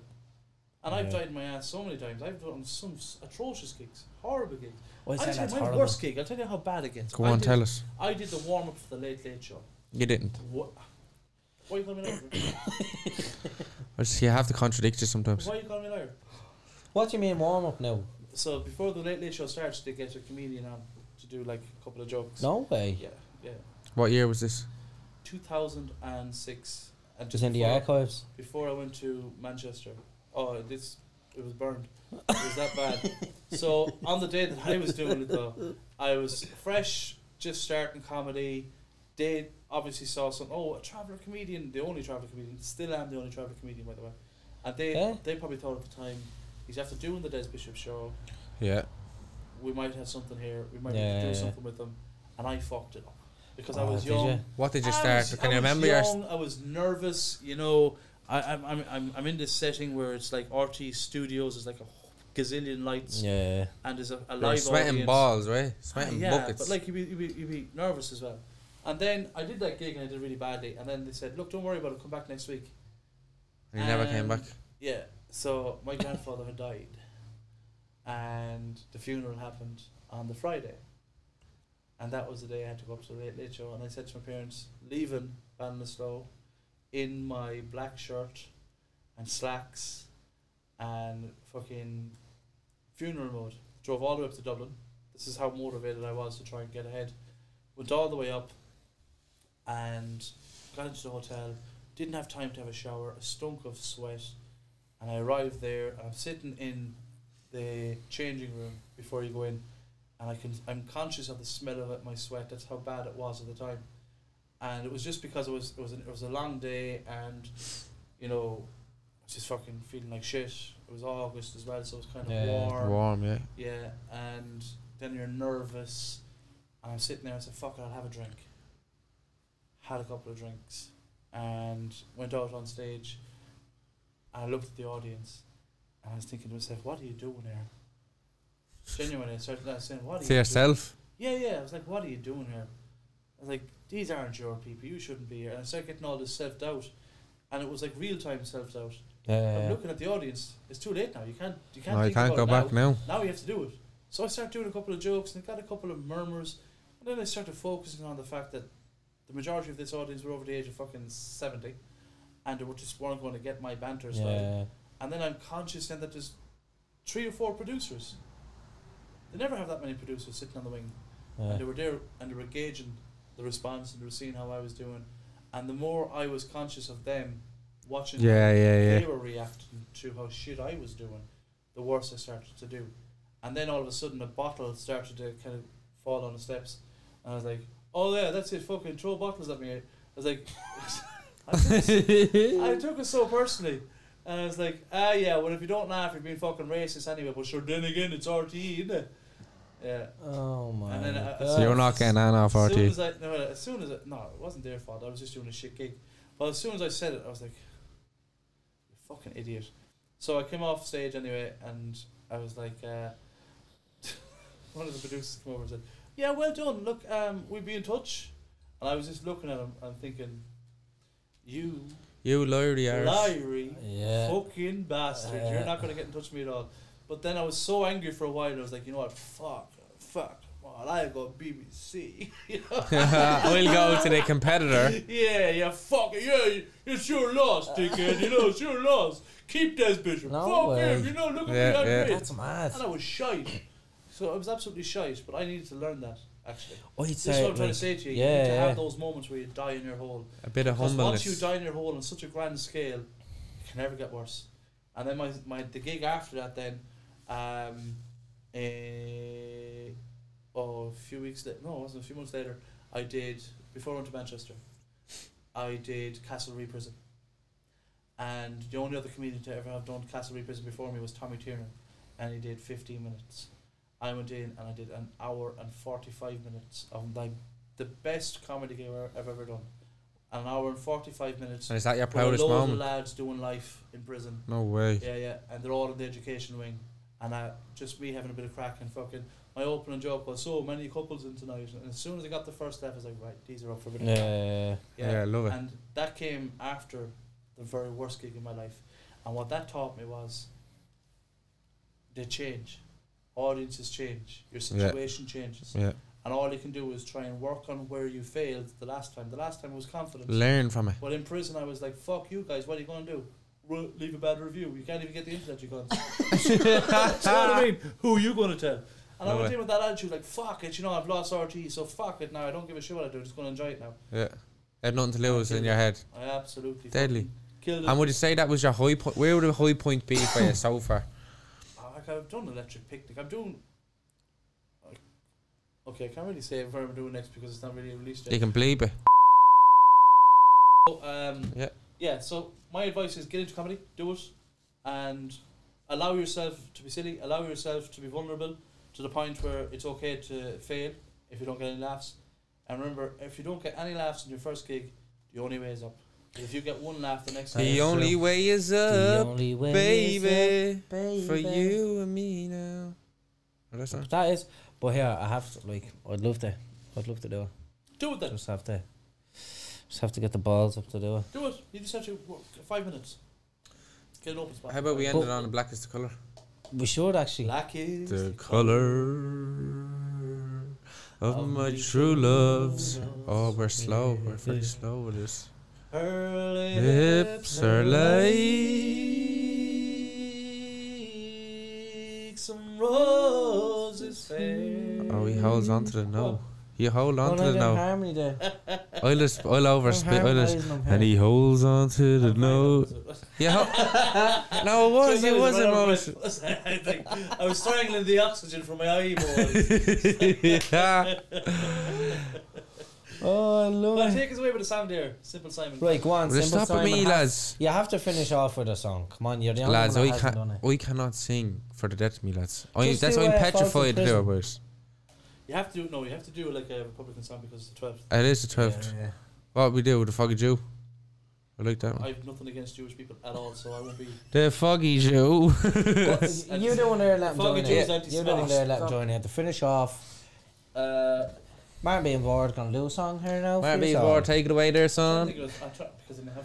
Speaker 3: And I've
Speaker 2: Yeah.
Speaker 3: died my ass so many times. I've done some s- atrocious gigs, horrible gigs.
Speaker 2: oh,
Speaker 3: I'll tell you my worst gig. I'll tell you how bad it gets.
Speaker 1: Go
Speaker 3: I
Speaker 1: on,
Speaker 3: did,
Speaker 1: tell us.
Speaker 3: I did the warm up for the Late Late Show.
Speaker 1: You didn't.
Speaker 3: What? Why you calling me liar?
Speaker 1: Or just- You have to contradict you sometimes.
Speaker 3: Why you calling me liar?
Speaker 2: What do you mean warm up now?
Speaker 3: So before the Late Late Show starts, they get a comedian on to do like a couple of jokes.
Speaker 2: No way.
Speaker 3: Yeah, yeah.
Speaker 1: What year was this?
Speaker 3: 2006. And
Speaker 2: Just in the
Speaker 3: before-
Speaker 2: archives.
Speaker 3: Before I went to Manchester. Oh, this it was burned. It was that bad. so on the day that I was doing it though, I was fresh, just starting comedy. They obviously saw some. Oh, a traveler comedian, the only traveler comedian. Still am the only traveler comedian, by the way. And they
Speaker 2: Eh?
Speaker 3: they probably thought at the time, he's after doing the Des Bishop show.
Speaker 1: Yeah.
Speaker 3: We might have something here. We might
Speaker 2: Yeah,
Speaker 3: have to
Speaker 2: yeah,
Speaker 3: do
Speaker 2: yeah.
Speaker 3: something with them. And I fucked it up because I
Speaker 2: Oh,
Speaker 3: was
Speaker 2: did
Speaker 3: young.
Speaker 2: you?
Speaker 1: What did you
Speaker 3: I
Speaker 1: start?
Speaker 3: was-
Speaker 1: Can
Speaker 3: I
Speaker 1: you
Speaker 3: was
Speaker 1: remember your.
Speaker 3: young, I was nervous. You know, I, I'm, I'm, I'm, I'm in this setting where it's like RT Studios is like a gazillion lights
Speaker 2: Yeah.
Speaker 3: and there's a, a
Speaker 1: You're
Speaker 3: live
Speaker 1: sweating
Speaker 3: audience.
Speaker 1: balls, right?
Speaker 3: Ah,
Speaker 1: Sweating
Speaker 3: yeah,
Speaker 1: buckets.
Speaker 3: but like you'd be, you'd, be, you'd be nervous as well. And then I did that gig and I did really badly. And then they said, "Look, don't worry about it. Come back next week."
Speaker 1: and you never came
Speaker 3: um,
Speaker 1: back.
Speaker 3: Yeah. So my grandfather had died, and the funeral happened on the Friday, and that was the day I had to go up to the late late show. And I said to my parents, leaving Banlaslow, in my black shirt, and slacks, and fucking funeral mode. Drove all the way up to Dublin. This is how motivated I was to try and get ahead. Went all the way up, and got into the hotel. Didn't have time to have a shower. A stunk of sweat and I arrived there and I'm sitting in the changing room before you go in and I can I'm conscious of the smell of it, my sweat that's how bad it was at the time and it was just because it was it was, an, it was a long day and you know I was just fucking feeling like shit it was August as well so it was kind of
Speaker 2: Yeah.
Speaker 3: warm
Speaker 1: Warm, yeah.
Speaker 3: yeah, and then you're nervous. And I'm sitting there and I said, fuck it, I'll have a drink. Had a couple of drinks and went out on stage. And I looked at the audience and I was thinking to myself, what are you doing here? Genuinely, I started like, saying, "What?" Are
Speaker 1: to
Speaker 3: you
Speaker 1: yourself.
Speaker 3: Doing? Yeah, yeah. I was like, "What are you doing here?" I was like, "These aren't your people. You shouldn't be here." And I started getting all this self doubt, and it was like real time self doubt. I'm
Speaker 2: Yeah.
Speaker 3: looking at the audience. It's too late now. You can't. You can't.
Speaker 1: No, you
Speaker 3: think
Speaker 1: can't
Speaker 3: about
Speaker 1: go
Speaker 3: it
Speaker 1: back now.
Speaker 3: now you have to do it. So I started doing a couple of jokes and got a couple of murmurs, and then I started focusing on the fact that the majority of this audience were over the age of fucking seventy, and they were just weren't going to get my banter style.
Speaker 2: Yeah.
Speaker 3: And then I'm conscious then that there's three or four producers. They never have that many producers sitting on the wing,
Speaker 2: Yeah.
Speaker 3: and they were there and they were gauging the response and they were seeing how I was doing, and the more I was conscious of them watching
Speaker 1: Yeah, yeah,
Speaker 3: they
Speaker 1: yeah.
Speaker 3: were reacting to how shit I was doing, the worse I started to do. And then all of a sudden, a bottle started to kind of fall on the steps, and I was like, "Oh yeah, that's it. Fucking throw bottles at me." I was like, I took, it, I took it so personally, and I was like, "Ah yeah, well if you don't laugh, you're being fucking racist anyway." But sure, then again, it's RTE, isn't it? Yeah.
Speaker 2: Oh my.
Speaker 3: And then, uh,
Speaker 2: God.
Speaker 1: So you're not getting an off
Speaker 3: As soon
Speaker 1: RT.
Speaker 3: as I no, as soon as I, no, it wasn't their fault. I was just doing a shit gig. But as soon as I said it, I was like, "You fucking idiot." So I came off stage anyway, and I was like, uh, one of the producers came over and said, "Yeah, well done. Look, um, we'll be in touch." And I was just looking at him and thinking, "You
Speaker 1: You lowly arse.
Speaker 3: liary
Speaker 2: Yeah.
Speaker 3: fucking bastard! You're
Speaker 2: Yeah.
Speaker 3: not gonna get in touch with me at all." But then I was so angry for a while. I was like, "You know what? Fuck, fuck." Well, I got BBC. you know?
Speaker 1: we'll go to the competitor.
Speaker 3: Yeah, yeah, fuck it, yeah, you- it's your loss, dickhead, you know, it's your loss. Keep this bitch.
Speaker 2: No
Speaker 3: fuck
Speaker 2: way.
Speaker 3: him, you know, look at
Speaker 1: Yeah,
Speaker 3: me, I'm
Speaker 1: yeah.
Speaker 3: great.
Speaker 2: That's mad.
Speaker 3: And I was shite. So I was absolutely shite, but I needed to learn that, actually.
Speaker 2: I'd
Speaker 3: This is
Speaker 2: say
Speaker 3: what I'm trying
Speaker 2: like-
Speaker 3: to say to you. you
Speaker 2: yeah,
Speaker 3: need to
Speaker 2: yeah.
Speaker 3: have those moments where you die in your hole.
Speaker 1: A bit of
Speaker 3: Because once you
Speaker 1: humbleness.
Speaker 3: die in your hole on such a grand scale, it can never get worse. And then my, my the gig after that then, um, eh, oh, a few weeks later, no, it wasn't a few months later, I did before I went to Manchester, I did Castlereagh Prison. And the only other comedian to ever have done Castlereagh Prison before me was Tommy Tiernan, and he did 15 minutes. I went in and I did an hour and 45 minutes of like the best comedy gig I've I've ever done. An hour and 45 minutes.
Speaker 1: And is that your
Speaker 3: with a
Speaker 1: proudest
Speaker 3: load of
Speaker 1: moment?
Speaker 3: lads doing life in prison.
Speaker 1: No way.
Speaker 3: Yeah, yeah, and they're all in the education wing, and I just me having a bit of crack and fucking my opening joke was so many couples in tonight, and as soon as I got the first laugh, I was like, right, these are up for a bit of
Speaker 2: Yeah,
Speaker 3: crack.
Speaker 2: yeah,
Speaker 1: Yeah, I love it.
Speaker 3: And that came after the very worst gig in my life, and what that taught me was they change, audiences change, your
Speaker 1: Yeah.
Speaker 3: situation changes,
Speaker 1: Yeah.
Speaker 3: and all you can do is try and work on where you failed the last time. The last time was confidence.
Speaker 1: Learn from it.
Speaker 3: But in prison, I was like, "Fuck you guys! What are you gonna do? Ru- leave a bad review. You can't even get the internet, you cunts." Do you know what I mean? Who are you gonna tell? And I
Speaker 1: No
Speaker 3: went
Speaker 1: way.
Speaker 3: in with that attitude, like, "Fuck it! You know, I've lost RT, so fuck it now. I don't give a shit what I do. I'm just gonna enjoy it now."
Speaker 1: Yeah. Had nothing to lose in your head.
Speaker 3: I absolutely
Speaker 1: Deadly.
Speaker 3: fucking killed it.
Speaker 1: And would you say that was your high point? Where would a high point be for you so far?
Speaker 3: Oh, like I've done electric picnic. I'm doing. Okay, I can't really say where I'm doing next because it's not really released
Speaker 1: You
Speaker 3: yet.
Speaker 1: can bleep it.
Speaker 3: So, um,
Speaker 1: Yeah.
Speaker 3: yeah. So my advice is get into comedy, do it, and allow yourself to be silly. Allow yourself to be vulnerable to the point where it's okay to fail if you don't get any laughs. And remember, if you don't get any laughs in your first gig, the only way is up. 'Cause If you get one laugh, the next
Speaker 1: The
Speaker 3: time,
Speaker 1: only way is
Speaker 2: yeah. The
Speaker 1: up,
Speaker 2: only way is
Speaker 1: baby,
Speaker 2: up, baby.
Speaker 1: for you and me now. Oh, that's not-
Speaker 2: That is. But here, I have to, like, I'd love to. I'd love to do it.
Speaker 3: do it then.
Speaker 2: Just have to. Just have to get the balls up to do it.
Speaker 3: Do it. You just have to work five minutes. Get an open spot.
Speaker 1: How about we
Speaker 2: But-
Speaker 1: end it on the black is the color?
Speaker 2: We should actually.
Speaker 3: Black is
Speaker 1: The color of my true loves. Oh, we're slow. We're very slow with this.
Speaker 3: Her
Speaker 1: Lips are
Speaker 3: like some roses fair.
Speaker 1: Oh, he holds on to the no. You hold on to the no.
Speaker 2: harmony there.
Speaker 1: I'll, just- I'll overspit. I'll just- and he holds on to the no. Yeah. ho- no, it was. It was emotion.
Speaker 3: I, think I was strangling the oxygen from my eyeballs.
Speaker 1: yeah.
Speaker 2: Oh, I
Speaker 3: but
Speaker 2: love it.
Speaker 3: take us away with a sound there, Simple Simon.
Speaker 2: Right, go on.
Speaker 1: Will you
Speaker 2: Simple
Speaker 1: stop at
Speaker 2: Simon.
Speaker 1: me,
Speaker 2: Ha-
Speaker 1: lads?
Speaker 2: You have to finish off with a song. Come on, you're the only
Speaker 1: Lads,
Speaker 2: one
Speaker 1: I
Speaker 2: that hasn't done
Speaker 1: can
Speaker 2: it.
Speaker 1: I cannot sing for the death of me, lads. I,
Speaker 2: Just
Speaker 1: that's
Speaker 2: do,
Speaker 1: why I'm
Speaker 2: uh, Falls in
Speaker 1: petrified to do it,
Speaker 2: Prison.
Speaker 1: boys.
Speaker 3: You have to do no. You have to do like a Republican song because it's the twelfth.
Speaker 1: It is the 12th.
Speaker 2: Yeah, yeah.
Speaker 1: What we do with the foggy Jew? I like that one.
Speaker 3: I have nothing against Jewish people at all, so I won't be.
Speaker 1: The Foggy Jew.
Speaker 2: you don't want to let him
Speaker 3: Foggy
Speaker 2: join
Speaker 3: Joe's
Speaker 2: it. You don't want to
Speaker 3: anti-Semitic.
Speaker 2: let him join it. To finish off,
Speaker 3: Uh,
Speaker 2: Martin being bored gonna do a song here now. for
Speaker 1: Might be
Speaker 2: yourself.
Speaker 1: more. Take it away there,
Speaker 3: I
Speaker 1: son.
Speaker 3: think it was, I try, because I have,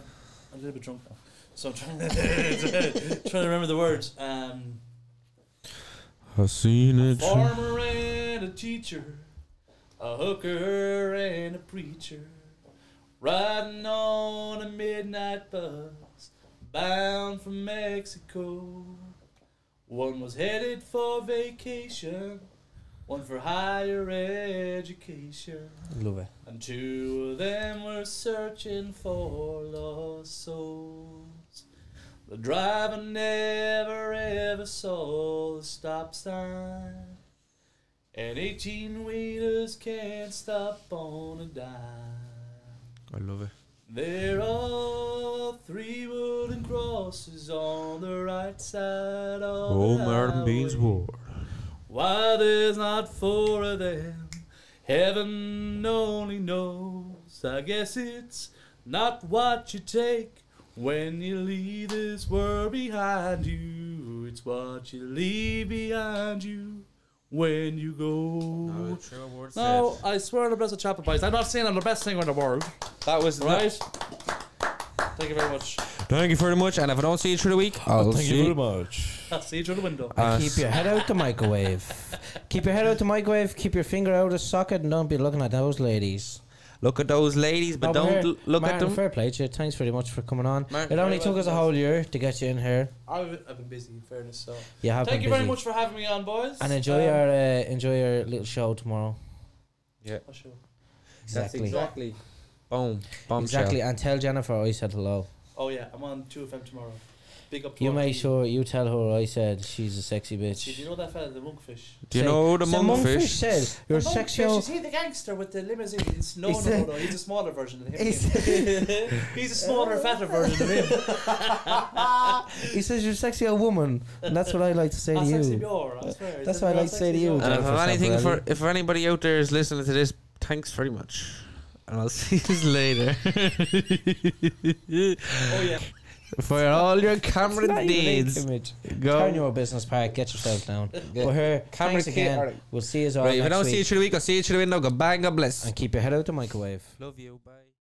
Speaker 3: I'm a little bit drunk now, so I'm trying to, trying to remember the words. Um,
Speaker 1: I seen it.
Speaker 3: farmer and a teacher, a hooker and a preacher, riding on a midnight bus bound for Mexico. One was headed for vacation, one for higher education.
Speaker 2: Love it.
Speaker 3: And two of them were searching for lost souls. The driver never ever saw the stop sign. And 18 wheelers can't stop on a dime.
Speaker 1: I love it.
Speaker 3: There are three wooden crosses on the right side of
Speaker 1: Oh,
Speaker 3: the highway. Why there's not four of them, heaven only knows. I guess it's not what you take when you leave this world behind you. It's what you leave behind you when you go. No, I swear I'm the best of chapel boys. I'm not saying I'm the best singer in the world.
Speaker 1: That was
Speaker 3: Right? Thank you very much.
Speaker 1: Thank you very much. And if I don't see you through the week, I'll
Speaker 7: Thank
Speaker 1: see
Speaker 7: you very much.
Speaker 3: I'll see you through the window.
Speaker 1: Uh,
Speaker 2: Keep your head out the microwave. keep your head out the microwave. Keep your finger out of the socket, and don't be looking at those ladies.
Speaker 1: Look at those ladies, but
Speaker 2: Over
Speaker 1: don't
Speaker 2: here.
Speaker 1: l- look
Speaker 2: Martin,
Speaker 1: at them.
Speaker 2: Fair play to you. Thanks very much for coming on.
Speaker 1: Martin,
Speaker 2: it only
Speaker 3: very
Speaker 2: took us a
Speaker 3: welcome,
Speaker 2: whole year to get you in here.
Speaker 3: I've, I've been busy, in fairness. So
Speaker 2: You have
Speaker 3: thank
Speaker 2: been
Speaker 3: you
Speaker 2: busy.
Speaker 3: very much for having me on, boys.
Speaker 2: And enjoy
Speaker 3: Um,
Speaker 2: your uh, enjoy your little show tomorrow.
Speaker 3: oh, sure.
Speaker 2: Exactly.
Speaker 6: That's exactly.
Speaker 1: Boom. Bombshell.
Speaker 2: Exactly. And tell Jennifer I said hello.
Speaker 3: Oh yeah, I'm on two of them tomorrow. Big up. to
Speaker 2: You
Speaker 3: our
Speaker 2: make
Speaker 3: team.
Speaker 2: sure you tell her I said she's a sexy
Speaker 3: Did
Speaker 2: bitch.
Speaker 3: you know that fella, the monkfish?
Speaker 1: Do you
Speaker 2: Say-
Speaker 1: know the
Speaker 2: say,
Speaker 1: monkfish?
Speaker 2: says you're
Speaker 3: The
Speaker 2: sexual.
Speaker 3: Is he the gangster with the limousines? No,
Speaker 2: He's
Speaker 3: no, no,
Speaker 2: the-
Speaker 3: no. He's a smaller version of him.
Speaker 2: He's-
Speaker 3: he's a smaller, fatter version of him.
Speaker 2: He says you're sexy old woman, and that's what I like to say to
Speaker 3: That's actually
Speaker 2: you.
Speaker 3: pure. I swear.
Speaker 2: That's
Speaker 3: Is
Speaker 2: what
Speaker 3: it
Speaker 2: I like to say to you,
Speaker 3: actually pure?
Speaker 1: And Uh, if
Speaker 2: Jennifer
Speaker 1: I've anything for
Speaker 2: Sabarelli.
Speaker 1: if anybody out there is listening to this, thanks very much. And I'll see you later.
Speaker 3: Oh yeah.
Speaker 1: for all your Cameron deeds.
Speaker 2: Turn
Speaker 1: Go.
Speaker 2: your business park. Get yourself down. But her.
Speaker 1: Camera
Speaker 2: Thanks
Speaker 1: key,
Speaker 2: again.
Speaker 1: alright.
Speaker 2: We'll see you all
Speaker 1: Right, if I
Speaker 2: next
Speaker 1: don't see you
Speaker 2: week.
Speaker 1: through the week, I'll see you through the window. Go bang, God bless.
Speaker 2: And keep your head out the microwave.
Speaker 1: Love you. Bye.